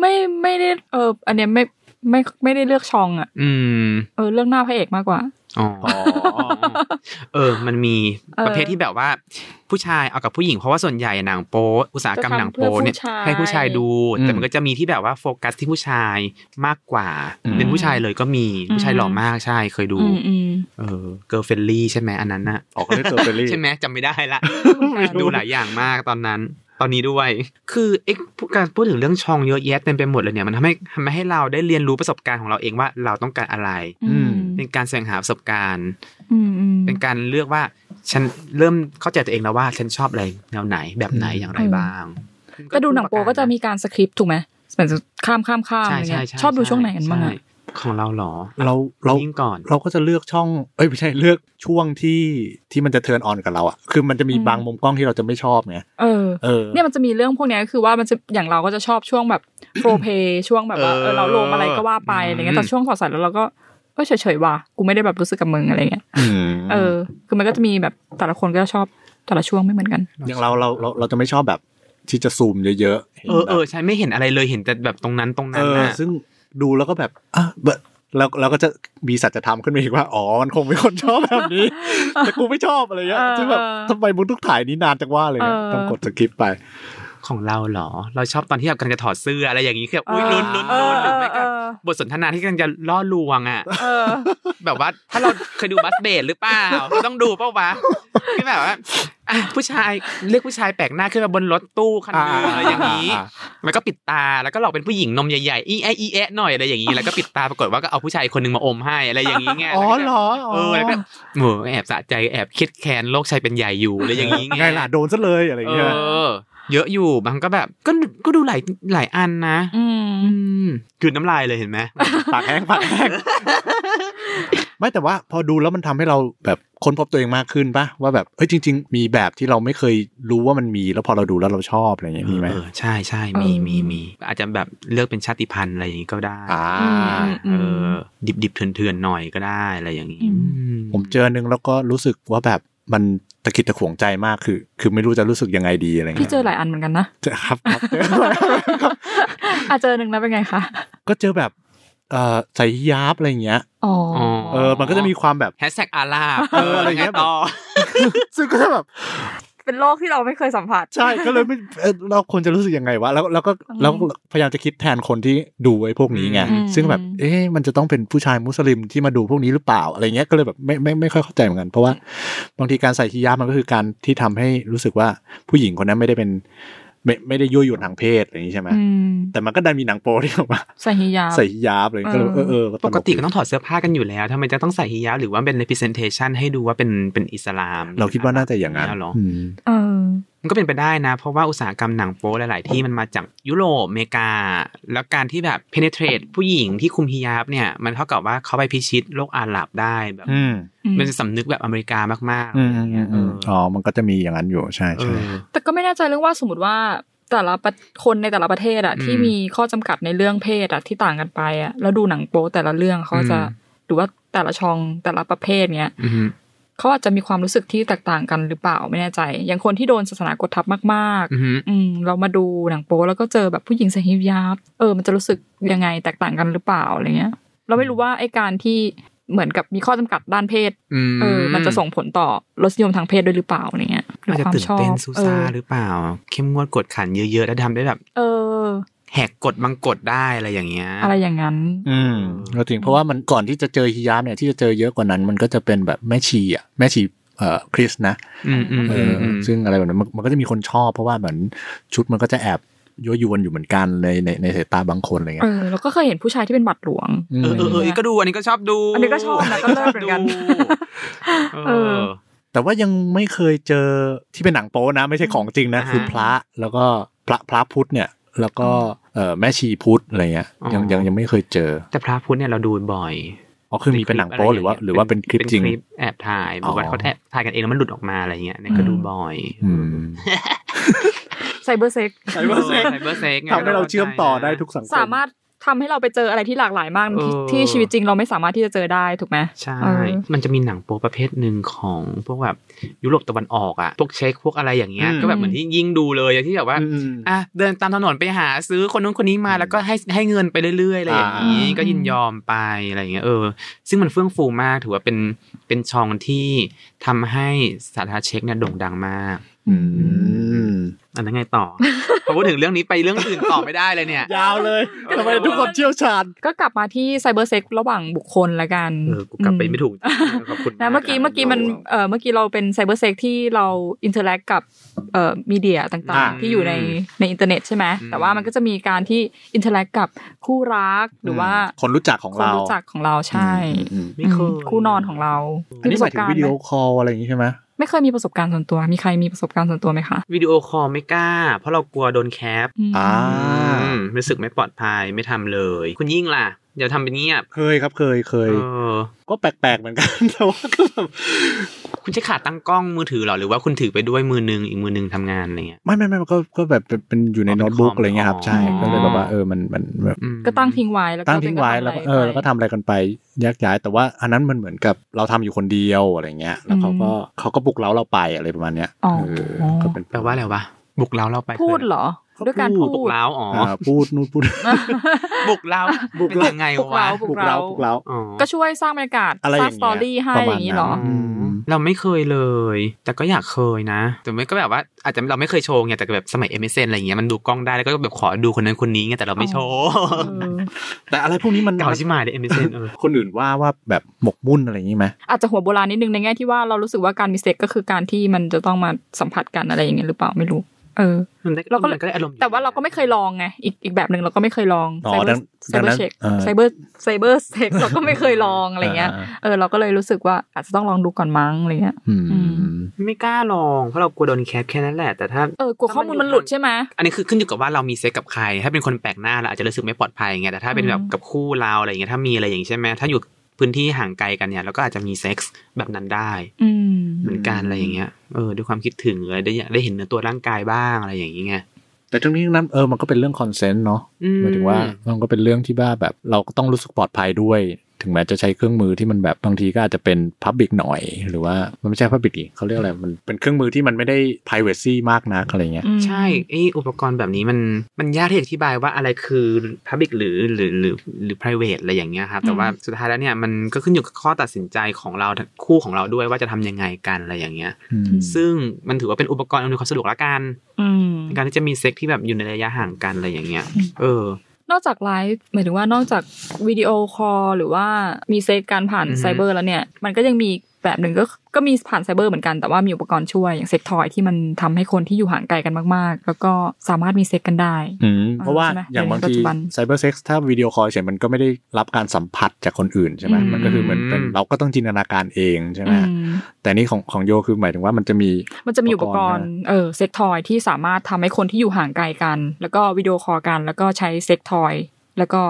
Speaker 4: ไม่ไม่ได้เอออันเนี้ยไม่ไม่ไม่ได้เลือกช่องอ่ะ
Speaker 3: อืม
Speaker 4: เออเลือกหน้าพระเอกมากกว่า
Speaker 3: อ๋อ เออ มันมีประเภทที่แบบว่า ผู้ชายเอากับผู้หญิงเพราะว่าส่วนใหญ่หนังโป๊อุตสาหกรรมหนังโป๊เนี่ย
Speaker 4: จะทำเพื่อ
Speaker 3: ให้
Speaker 4: ผู้ชาย
Speaker 3: ผู้ชายดู
Speaker 2: อืม
Speaker 3: แต่มันก็จะมีที่แบบว่าโฟกัสที่ผู้ชายมากกว่า
Speaker 2: อืม
Speaker 3: เป็นผู้ชายเลยก็มีผู้ชายหล่อมากใช่เคยดู
Speaker 4: อืมอืม
Speaker 3: เออเกิร์ลเฟนลี่ใช่ไหมอันนั้นนะ
Speaker 2: ออกเรียกเซอร์เบอรี่
Speaker 3: ใช่ไหมจำไม่ได้ละ
Speaker 4: ไม่รู้
Speaker 3: ดูหลายอย่างมากตอนนั้น ตอนนี้ด้วย คือเอ็กการพูดถึงเรื่องชองเยอะแยะเต็มไปหมดเลยเนี่ยมันทำให้ทำให้เราได้เรียนรู้ประสบการณ์ของเราเองว่าเราต้องการอะไร
Speaker 4: อืม
Speaker 3: เป็นการแสวงหาประสบการณ์
Speaker 4: อืมอืม
Speaker 3: เป็นการเลือกว่าฉันเริ่มเข้าใจตัวเองแล้วว่าฉันชอบอะไรแนวไหนแบบไหน
Speaker 2: อืม
Speaker 3: อย่างไร
Speaker 4: อืม
Speaker 3: บ้าง
Speaker 4: แต่ดูหนังโปก็จะมีการสคริปต์ถูกไหมเหมือนข้ามข้ามข้าม
Speaker 3: ใช่
Speaker 4: อะไร
Speaker 3: ใช่
Speaker 4: เงี้ย
Speaker 3: ใช่
Speaker 4: ชอบดูช่วงไหนกันบ้าง
Speaker 3: ใช่
Speaker 4: อะ
Speaker 3: ของเราเหรอ
Speaker 2: เราเรา
Speaker 3: ยิ่งก่อน
Speaker 2: เราก็จะเลือกช่อง เอ้ยไม่ใช่เลือกช่วงที่ที่มันจะเทิร์นออนกับเราอะคือมันจะมีบางมุมกล้องที่เราจะไม่ชอบไง
Speaker 4: เออ
Speaker 2: เออ
Speaker 4: เนี่ยมันจะมีเรื่องพวกเนี้ยคือว่ามันจะอย่างเราก็จะชอบช่วงแบบ โปรเพย์ช่วงแบบว่าเออเราลงอะไรก็ว่าไปอะไรเงี้ยแต่ช่วงถอดสายแล้วเราก็เออเฉยๆว่ะกูไม่ได้แบบรู้สึกกับมึงอะไรเงี้ย
Speaker 2: อืม
Speaker 4: เออ คือมันก็จะมีแบบแต่ละคนก็ชอบแต่ละช่วงไม่เหมือนกัน
Speaker 2: อย่างเราเราเราเราจะไม่ชอบแบบที่จะซูมเยอะๆห็น
Speaker 3: เออเออใช่ไม่เห็นอะไรเลยเห็นแต่แบบตรงนั้นตรง
Speaker 2: แบบเอ
Speaker 3: นั้น
Speaker 2: อ
Speaker 3: นะ
Speaker 2: ซึ่งดูแล้วก็แบบอ่ะแบบเราเราก็จะมีสัจธรรมขึ้นมาอีกว่า อ๋อ มันคงเป็นคนชอบแบบนี้ แต่กูไม่ชอบอะไรเงี้ย
Speaker 4: เออ
Speaker 2: ซึ่งแบบทำไมมึงต้องถ่ายนี้นานจังว่าเลยเนี่ย
Speaker 4: เออ
Speaker 2: ต้องกดสกิปไป
Speaker 3: ของเราเหรอ เราชอบตอนที่แบบกำลังจะถอดเสื้ออะไรอย่างนี้คือแบบอุ้ยลุ้นลุ้น
Speaker 4: เอ
Speaker 3: ลุ้
Speaker 4: อน
Speaker 3: หรือไม่
Speaker 4: เอ
Speaker 3: ก็
Speaker 4: อบ
Speaker 3: ทสนทนาที่กำลังจะล่อลวง อ่ะ
Speaker 4: เออ
Speaker 3: แบบว่าถ้าเราเคยดูบัสเบดหรือเปล่าเราต้องดูเปล่าวะที่แบบว่าอ่ะผู้ชายเรียกผู้ชายแปลกหน้าขึ้นมาบนรถตู้คันหนึงอะไรอย่างนี้ มันก็ปิดตาแล้วก็หลอกเป็นผู้หญิงนมใหญ่ๆอีแอะอีแอะหน่อยอะไรอย่างนี้แล้วก็ปิดตาปรากฏว่าก็เอาผู้ชายคนหนึ่งมาอมให้อะไรอย่างนี้ไง
Speaker 2: อ๋อเหรอ
Speaker 3: เออแล้วก็โหแอบสะใจแอบคิดแค้นโลกชายเป็นใหญ่อยู่อะไรอย่างนี้
Speaker 2: ไงล่ะโดนซะเลยอะไร
Speaker 3: เอ
Speaker 2: เงี้ย
Speaker 3: อ เยอะอยู่บางก็แบบก็ก็ดูหลายหลายอันนะ
Speaker 4: อืม
Speaker 3: อืมกลืนน้ำลายเลยเห็นไหม
Speaker 2: ปากแห้ งปากแห้ง ไม่แต่ว่าพอดูแล้วมันทำให้เราแบบค้นพบตัวเองมากขึ้นปะว่าแบบเอ้ยจริง ๆ มีแบบที่เราไม่เคยรู้ว่ามันมี แล้วพอเราดูแล้วเราชอบอะไรอย่างเงี้ยมีไหม
Speaker 3: เออใช่ใช่มี
Speaker 4: เออ
Speaker 3: มีมีอาจจะแบบเลือกเป็นชาติพันธุ์อะไรอย่างนี้ก็ได้
Speaker 2: อ่า
Speaker 3: เออดิบดิบเถื่อนเถื่อนๆหน่อยก็ได้อะไรอย่างนี้
Speaker 2: ผมเจอหนึ่งแล้วก็รู้สึกว่าแบบมันตะกิดตะขวงใจมากคือ คือไม่รู้จะรู้สึกยังไงดีอะไร
Speaker 4: พี่
Speaker 2: เงี้ย
Speaker 4: เจอหลายอันเหมือนกันนะ
Speaker 2: เจอครับครับเจอ
Speaker 4: อ่ะเจอหนึ่งแล้วเป็นไงคะ
Speaker 2: ก็เจอแบบเอ่อใส่ฮิญาบอะไรเงี้ย
Speaker 4: อ๋อ
Speaker 3: อ๋อ
Speaker 2: เออมันก็จะมีความแบบ
Speaker 3: แฮชแท็กอาลาบ
Speaker 2: เอออะไรเงี้ย
Speaker 3: ต่อ
Speaker 2: ซึ่งก็จะแบบ
Speaker 4: เป็นโลกที่เราไม่เคยสัมผัส
Speaker 2: ใช่ก็เลยไม่เอ่อเราควรจะรู้สึกยังไงวะแล้วแล้วก็
Speaker 4: อืม
Speaker 2: แล้วพยายามจะคิดแทนคนที่ดูไอ้พวกนี้ไง
Speaker 4: อืม
Speaker 2: ซึ่งแบบเอ๊ะมันจะต้องเป็นผู้ชายมุสลิมที่มาดูพวกนี้หรือเปล่าอะไรเงี้ยก็เลยแบบไม่ไม่ไม่ค่อยเข้าใจเหมือนกัน เพราะว่าบางทีการใส่ฮิญาบมันก็คือการที่ทำให้รู้สึกว่าผู้หญิงคนนั้นไม่ได้เป็นไม่ไม่ได้ยั่วยวนทางเพศอะไรอย่างนี้ใช่ไหม
Speaker 4: อืม
Speaker 2: แต่มันก็ดันมีหนังโปที่ออกมา
Speaker 4: ใส่ฮิญาบ
Speaker 2: ใส่ฮิญาบเลยก็เลยเออเออ
Speaker 3: ปกติก็ต้องถอดเสื้อผ้ากันอยู่แล้วทำไมจะต้องใส่ฮิญาบหรือว่าเป็น representation ให้ดูว่าเป็นเป็นอิสลาม
Speaker 2: เราคิดว่าน่าจะอย่างนั้น
Speaker 3: เหรอ
Speaker 2: อืม
Speaker 4: เออ
Speaker 3: มันก็เป็นไปได้นะ เพราะว่าอุตสาหกรรมหนังโป๊หลาย ๆ ที่มันมาจากยุโรปอเมริกา แล้วการที่แบบ penetrate ผู้หญิงที่คุมฮิญาบเนี่ย มันเท่ากับว่าเขาไปพิชิตโลกอาหรับได้แบบ
Speaker 2: อืม
Speaker 3: มันจะสำนึกแบบอเมริกามากๆ
Speaker 2: อื
Speaker 3: อะ
Speaker 2: ม
Speaker 3: ไร
Speaker 2: อื
Speaker 3: ย่างเงี้
Speaker 2: ม
Speaker 3: ย
Speaker 2: อืมอ๋อมันก็จะมีอย่างนั้นอยู่ใช่
Speaker 3: เอ
Speaker 2: ใช่
Speaker 3: อ
Speaker 4: แต่ก็ไม่แน่ใจเรื่องว่าสมมติว่าแต่ละประคนในแต่ละประเทศอะ
Speaker 3: อืม
Speaker 4: ที่มีข้อจำกัดในเรื่องเพศอะที่ต่างกันไปอะแล้วดูหนังโป๊แต่ละเรื่องเขาจะ
Speaker 3: อืม
Speaker 4: หรือว่าแต่ละช่องแต่ละประเภทเนี้ย
Speaker 3: อืม
Speaker 4: เขาอาจจะมีความรู้สึกที่แตกต่างกันหรือเปล่าไม่แน่ใจ อย่างคนที่โดนศาสนากดทับมาก
Speaker 3: อืม
Speaker 4: ๆ อืมเรามาดูหนังโป๊แล้วก็เจอแบบผู้หญิงใส่ฮิญาบเออมันจะรู้สึกยังไงแตกต่างกันหรือเปล่าอะไรเงี้ย เราไม่รู้ว่าไอการที่เหมือนกับมีข้อจำกัดด้านเพศ เออ มันจะส่งผลต่อรสนิยมทางเพศด้วยหรือเปล่าอะไรเงี้ยหรื
Speaker 3: อาจ
Speaker 4: อ
Speaker 3: จะ
Speaker 4: ความ
Speaker 3: ตื่น
Speaker 4: ชอบ
Speaker 3: เต้นซู
Speaker 4: เอ
Speaker 3: ซ่า
Speaker 4: อ
Speaker 3: หรือเปล่า เข้มงวดกดขันเยอะ ๆ แล้วทำได้แบบ
Speaker 4: เออ
Speaker 3: แหกกฎบังกฎได้อะไรอย่างเงี้ย
Speaker 4: อะไรอย่างนั้น
Speaker 2: อืมเราถึงเพราะว่ามันก่อนที่จะเจอฮิญาบเนี่ยที่จะเจอเยอะกว่านั้น มันก็จะเป็นแบบแม่ชีอ่ะแม่ชีเอ่อคริสต์นะ
Speaker 3: อืมอืม
Speaker 2: เอ
Speaker 3: อืม
Speaker 2: ออ
Speaker 3: อืม
Speaker 2: ซึ่งอะไรแบบนั้นมันมันก็จะมีคนชอบ เพราะว่าเหมือนชุดมันก็จะแอบยั่วยวนอยู่เหมือนกันในในในสายตาบางคนอะไร
Speaker 4: เอ
Speaker 2: เงี้ย
Speaker 4: อ แล้วก็เคยเห็นผู้ชายที่เป็นบัตรหลวง
Speaker 3: เออเออเอออีกก็ดูอันนี้ก็ชอบดู
Speaker 4: อันนี้ก็ชอบนะก็เลิกเหมือนกัน
Speaker 3: เออ
Speaker 2: แต่ว่ายังไม่เคยเจอที่เป็นหนังโป๊นะ ไม่ใช่ของจริงนะ
Speaker 3: อ่าฮะ
Speaker 2: คือพระแล้วก็พระพระพุทธเนี่ย แล้วก็เอ่อแม่ชีพุทธอะไรเงี้ย
Speaker 3: อ๋อ
Speaker 2: ยังยังยังไม่เคยเจอ
Speaker 3: แต่พระพุทธเนี่ยเราดูบ่อย
Speaker 2: อ๋อคือมีเป็นหนังโป๊หรือว่าหรือว่าเป็นคลิปจริง
Speaker 3: เป็นคลิปแอบถ่ายหรือว่า
Speaker 2: อ๋อ
Speaker 3: เขาแอบถ่ายกันเองแล้วมันหลุดออกมาอะไรเงี้ยเนี่ยก็ดูบ่อย
Speaker 2: อืม
Speaker 4: ไซเบอร์เซ็ก
Speaker 3: ไซเบอร์เซ็กไซเบอร์เซ็ก
Speaker 2: ทำให้เราเชื่อมต่อได้ทุกสังคม
Speaker 4: สามารถทำให้เราไปเจออะไรที่หลากหลายมากที่
Speaker 3: เออ
Speaker 4: ที่ชีวิตจริงเราไม่สามารถที่จะเจอได้ถูกไหม
Speaker 3: ใช่
Speaker 4: เออ
Speaker 3: มันจะมีหนังโป๊ประเภทหนึ่งของพวกแบบยุโรปตะวันออกอ่ะ พวกเช็คพวกอะไรอย่างเงี้ย
Speaker 2: อืม
Speaker 3: ก็แบบเหมือนที่ยิ่งดูเลยอะที่แบบว่า
Speaker 2: อืม
Speaker 3: อ่ะเดินตามถนนไปหาซื้อคนนู้นคนนี้มาแล้วก็ให้ให้เงินไปเรื่อยๆอะไรอย่างนี้
Speaker 4: อ่า
Speaker 3: ก็ยินยอมไปอะไรอย่างเงี้ยเออ ซึ่งมันเฟื่องฟูมากถือว่าเป็นเป็นช่องที่ทำให้สาธารณเช็คเนี่ยโด่งดังมาก
Speaker 2: อืม
Speaker 3: อันนั้นไงต่อ พอพูดถึงเรื่องนี้ไปเรื่องอื่นต่อไม่ได้เลยเนี่ย
Speaker 2: ยาวเลยทำไมทุกคนเชี่ยวชาญ
Speaker 4: ก็กลับมาที่ไซเบอร์เซ็กระหว่างบุคคลละกัน
Speaker 3: เออกูกลับไปไม่ถูกขอบคุณ
Speaker 4: นะเมื่อกี้เมื่อกี้มันเออเมื่อกี้เราเป็นไซเบอร์เซ็กที่เราอินเทอร์แอคกับเอ่อมีเดียต่าง
Speaker 2: อ่า
Speaker 4: ๆ ที่อยู่ในในอินเทอร์เน็ตใช่ไหมแต่ว่ามันก็จะมีการที่อินเทอร์แอคกับคู่รักหรือว่า
Speaker 2: คนรู้จักของ
Speaker 4: คน
Speaker 2: เรา
Speaker 4: รู้จักของเราใช่
Speaker 2: อืม
Speaker 3: ไม่เคย
Speaker 4: คู่นอนของเรา
Speaker 2: อันนี้หมายถึงวิดีโอคอลอะไรอย่างนี้ใช่ไหม
Speaker 4: ไม่เคยมีประสบการณ์ส่วนตัว มีใครมีประสบการณ์ส่วนตัวไหมคะ
Speaker 3: วิดีโอคอลไม่กล้า เพราะเรากลัวโดนแคป
Speaker 4: ม
Speaker 2: อ่า
Speaker 3: อืมรู้สึกไม่ปลอดภัยไม่ทำเลย คุณยิ่งล่ะอย่าทำเป็นเงียบ
Speaker 2: เคยครับเคยเค
Speaker 3: เอย อ
Speaker 2: ก็แปลกๆเหมือนกัน แต่ว่าก็แบบ
Speaker 3: คุณใช้ขาตั้งกล้องมือถือเหรอ หรือว่าคุณถือไปด้วยมือนึงอีกมือนึงทำงานอะไรเงี้ย
Speaker 2: ไม่ไม่ไม่มันก็ก็แบบเป็นเป็นอยู่ใน
Speaker 3: อ๋อเป็น
Speaker 2: โน้ตบุ๊ก
Speaker 3: คอม
Speaker 2: อะไรเงี้ยครับ ใช่
Speaker 3: อ๋อ
Speaker 2: ก็เลยแบบว่าเออมันมันแบบ
Speaker 3: อืม
Speaker 4: ก็ตั้งทิ้งไว้แล้วก็
Speaker 2: ตั้งทิ้งไว้แล้วก็เออแล้วก็ทำอะไรกันไปแยกย้าย แต่ว่าอันนั้นมันเหมือนกับเราทำอยู่คนเดียวอะไรเงี้ย แล้วเขาก็เขาก็บุกเล้าเราไปอะไรประมาณเนี้ย
Speaker 4: อ๋อ
Speaker 2: เออก็เป็น
Speaker 3: แปลว่าอะไรวะ บุกเล้าเราไป
Speaker 4: พูดเหรอ
Speaker 2: เขาพูด
Speaker 4: ด้วยการพูด
Speaker 3: บุกเล้าอ๋อ
Speaker 2: อ่าพูด นู่นพูด
Speaker 3: บุกเล้า
Speaker 2: บุก
Speaker 3: เป็น
Speaker 2: เล้า
Speaker 3: ยังไง
Speaker 4: บุกเล้า
Speaker 3: วะ
Speaker 2: บุกเล้าบุกเล้า
Speaker 3: อ๋อ
Speaker 4: ก็ช่วยสร้างบรรยากาศ
Speaker 2: อะไรอ
Speaker 4: สร้า
Speaker 2: ย่าง ง
Speaker 4: ส
Speaker 2: เงี้ย
Speaker 4: ตอรี่ให้
Speaker 2: ประ
Speaker 4: อ
Speaker 2: มาณ
Speaker 4: ย่างนี้เหรอ
Speaker 2: นั้น
Speaker 3: อืมเราไม่เคยเลย แต่ก็อยากเคยนะ แต่ไม่ก็แบบว่าอาจจะเราไม่เคยโชว์ไงแต่ก็แบบสมัย MSN อะไรเงี้ยมันดูกล้องได้แล้วก็แบบขอดูคนนั้นคนนี้ไงแต่เราไม่โชว์
Speaker 4: เออ
Speaker 2: แต่อะไรพวกนี้มัน
Speaker 3: เก่าชิมายเลยเอมิเซนเออ
Speaker 2: คนอื่นว่าว่าแบบหมกมุ่นอะไรอย่างนี้ไหม
Speaker 4: อาจจะหัวโบราณนิดนึงในแง่ที่ว่าเรารู้สึกว่าการมีเซ็กก็คือการที่มันจะต้องมาสัมผัสกันอะไรอย่างเงี้ยหรือเปล่าไม่รู้ เออ
Speaker 3: มันได้
Speaker 4: เราก็เลย
Speaker 3: มันก็ได้อารมณ์
Speaker 4: แต่ว่าเราก็ไม่เคยลองไงอีกอีกแบบหนึ่งเราก็ไม่เคยลอง
Speaker 2: อ๋อ
Speaker 4: ไซเบอ
Speaker 2: ดัง
Speaker 4: ร์ไซ
Speaker 2: ดัง
Speaker 4: เบอ
Speaker 2: นั้
Speaker 4: ร์
Speaker 2: น
Speaker 4: เช็ค
Speaker 2: เอ่อ
Speaker 4: ไซเบอร์ไซเบอร์เซ็กเราก็ไม่เคยลองอะไรเงี้ย
Speaker 2: า
Speaker 4: เออเราก็เลยรู้สึกว่าอาจจะต้องลองดูก่อนมั้งอะไรเงี้ย
Speaker 2: อื
Speaker 4: อื
Speaker 2: ม
Speaker 3: ไม่กล้าลองเพราะเรากลัวโดนแคปแค่นั้นแหละแต่ถ้า
Speaker 4: เออกลัวข้อมูลมันหลุดใช่ไหม
Speaker 3: อันนี้คือขึ้นอยู่กับว่าเรามีเซ็กกับใคร ถ้าเป็นคนแปลกหน้าเราอาจจะรู้สึกไม่ปลอดภัยไงแต่ถ้าเป็นแบบ
Speaker 4: อืม
Speaker 3: กับคู่เราอะไรอย่างเงี้ยถ้ามีอะไรอย่างงี้ใช่ไหมถ้าอยู่พื้นที่ห่างไกลกันเนี่ยเราก็อาจจะมีเซ็กส์แบบนั้นได้
Speaker 4: อืม
Speaker 3: เหมือนกัน
Speaker 2: อืม
Speaker 3: อะไรอย่างเงี้ยเออด้วยความคิดถึงเลยได้ได้เห็นเนื้อตัวร่างกายบ้างอะไรอย่างงี้ไง
Speaker 2: แต่ทั้งนี้ทั้งนั้นเออมันก็เป็นเรื่องคอนเซนต์เนาะ
Speaker 3: อื
Speaker 2: หมายถึงว่ามันก็เป็นเรื่องที่ว่าแบบเราก็ต้องรู้สึกปลอดภัยด้วย ถึงแม้จะใช้เครื่องมือที่มันแบบบางทีก็อาจจะเป็นพับบิกหน่อย หรือว่ามันไม่ใช่พับบิกเขาเรียกอะไรมันเป็นเครื่องมือที่มันไม่ได้ p r i v a c y มากนักอะไรเงี้ย
Speaker 4: อืม
Speaker 3: ใช่ไออุปกรณ์แบบนี้มันมันยากที่จะอธิบายว่าอะไรคือ Public หรือหรือหรือหรือ private อะไรอย่างเงี้ยครับแต่ว่าสุดท้ายแล้วเนี่ยมันก็ขึ้นอยู่กับข้อตัดสินใจของเราคู่ของเราด้วยว่าจะทำยังไงกันอะไรอย่างเงี้ย
Speaker 2: อืม
Speaker 3: ซึ่งมันถือว่าเป็นอุปกรณ์อำนวยความสะดวกละกัน
Speaker 4: อืม
Speaker 3: ในการที่จะมีเซ็กที่แบบอยู่ในระยะห่างกันอะไรอย่างเงี้ย
Speaker 4: อืม
Speaker 3: เออ
Speaker 4: นอกจากไลฟ์หมายถึงว่านอกจากวิดีโอคอลหรือว่ามีเซ็กการผ่าน
Speaker 3: อือฮึ
Speaker 4: ไซเบอร์แล้วเนี่ย มันก็ยังมีอีกแบบหนึ่งก็ก็มีผ่านไซเบอร์เหมือนกันแต่ว่ามีอุปกรณ์ช่วยอย่างเซ็กทอยที่มันทำให้คนที่อยู่ห่างไกลกันมาก ๆ แล้วก็สามารถมีเซ็กกันได้
Speaker 2: อืมเพราะว่า
Speaker 4: ใช่ไหม
Speaker 2: อย่างบางที
Speaker 4: ในปัจจุบัน
Speaker 2: ไซเบอร์เซ็กซ์ถ้าวิดีโอคอลเฉยมันก็ไม่ได้รับการสัมผัสจากคนอื่นใช่ไหม
Speaker 4: อืม
Speaker 2: มันก็คือเหมือนเป็นเราก็ต้องจินตนาการเองใช่ไหม
Speaker 4: อืม
Speaker 2: แต่นี่ของของโยคือหมายถึงว่ามันจะมี
Speaker 4: มันจะมีอุปกรณ์เออเซ็กทอยที่สามารถทำให้คนที่อยู่ห่างไกลกัน แล้วก็วิดีโอคอลกันแล้วก็ใช้เซ็กทอยแล้วก็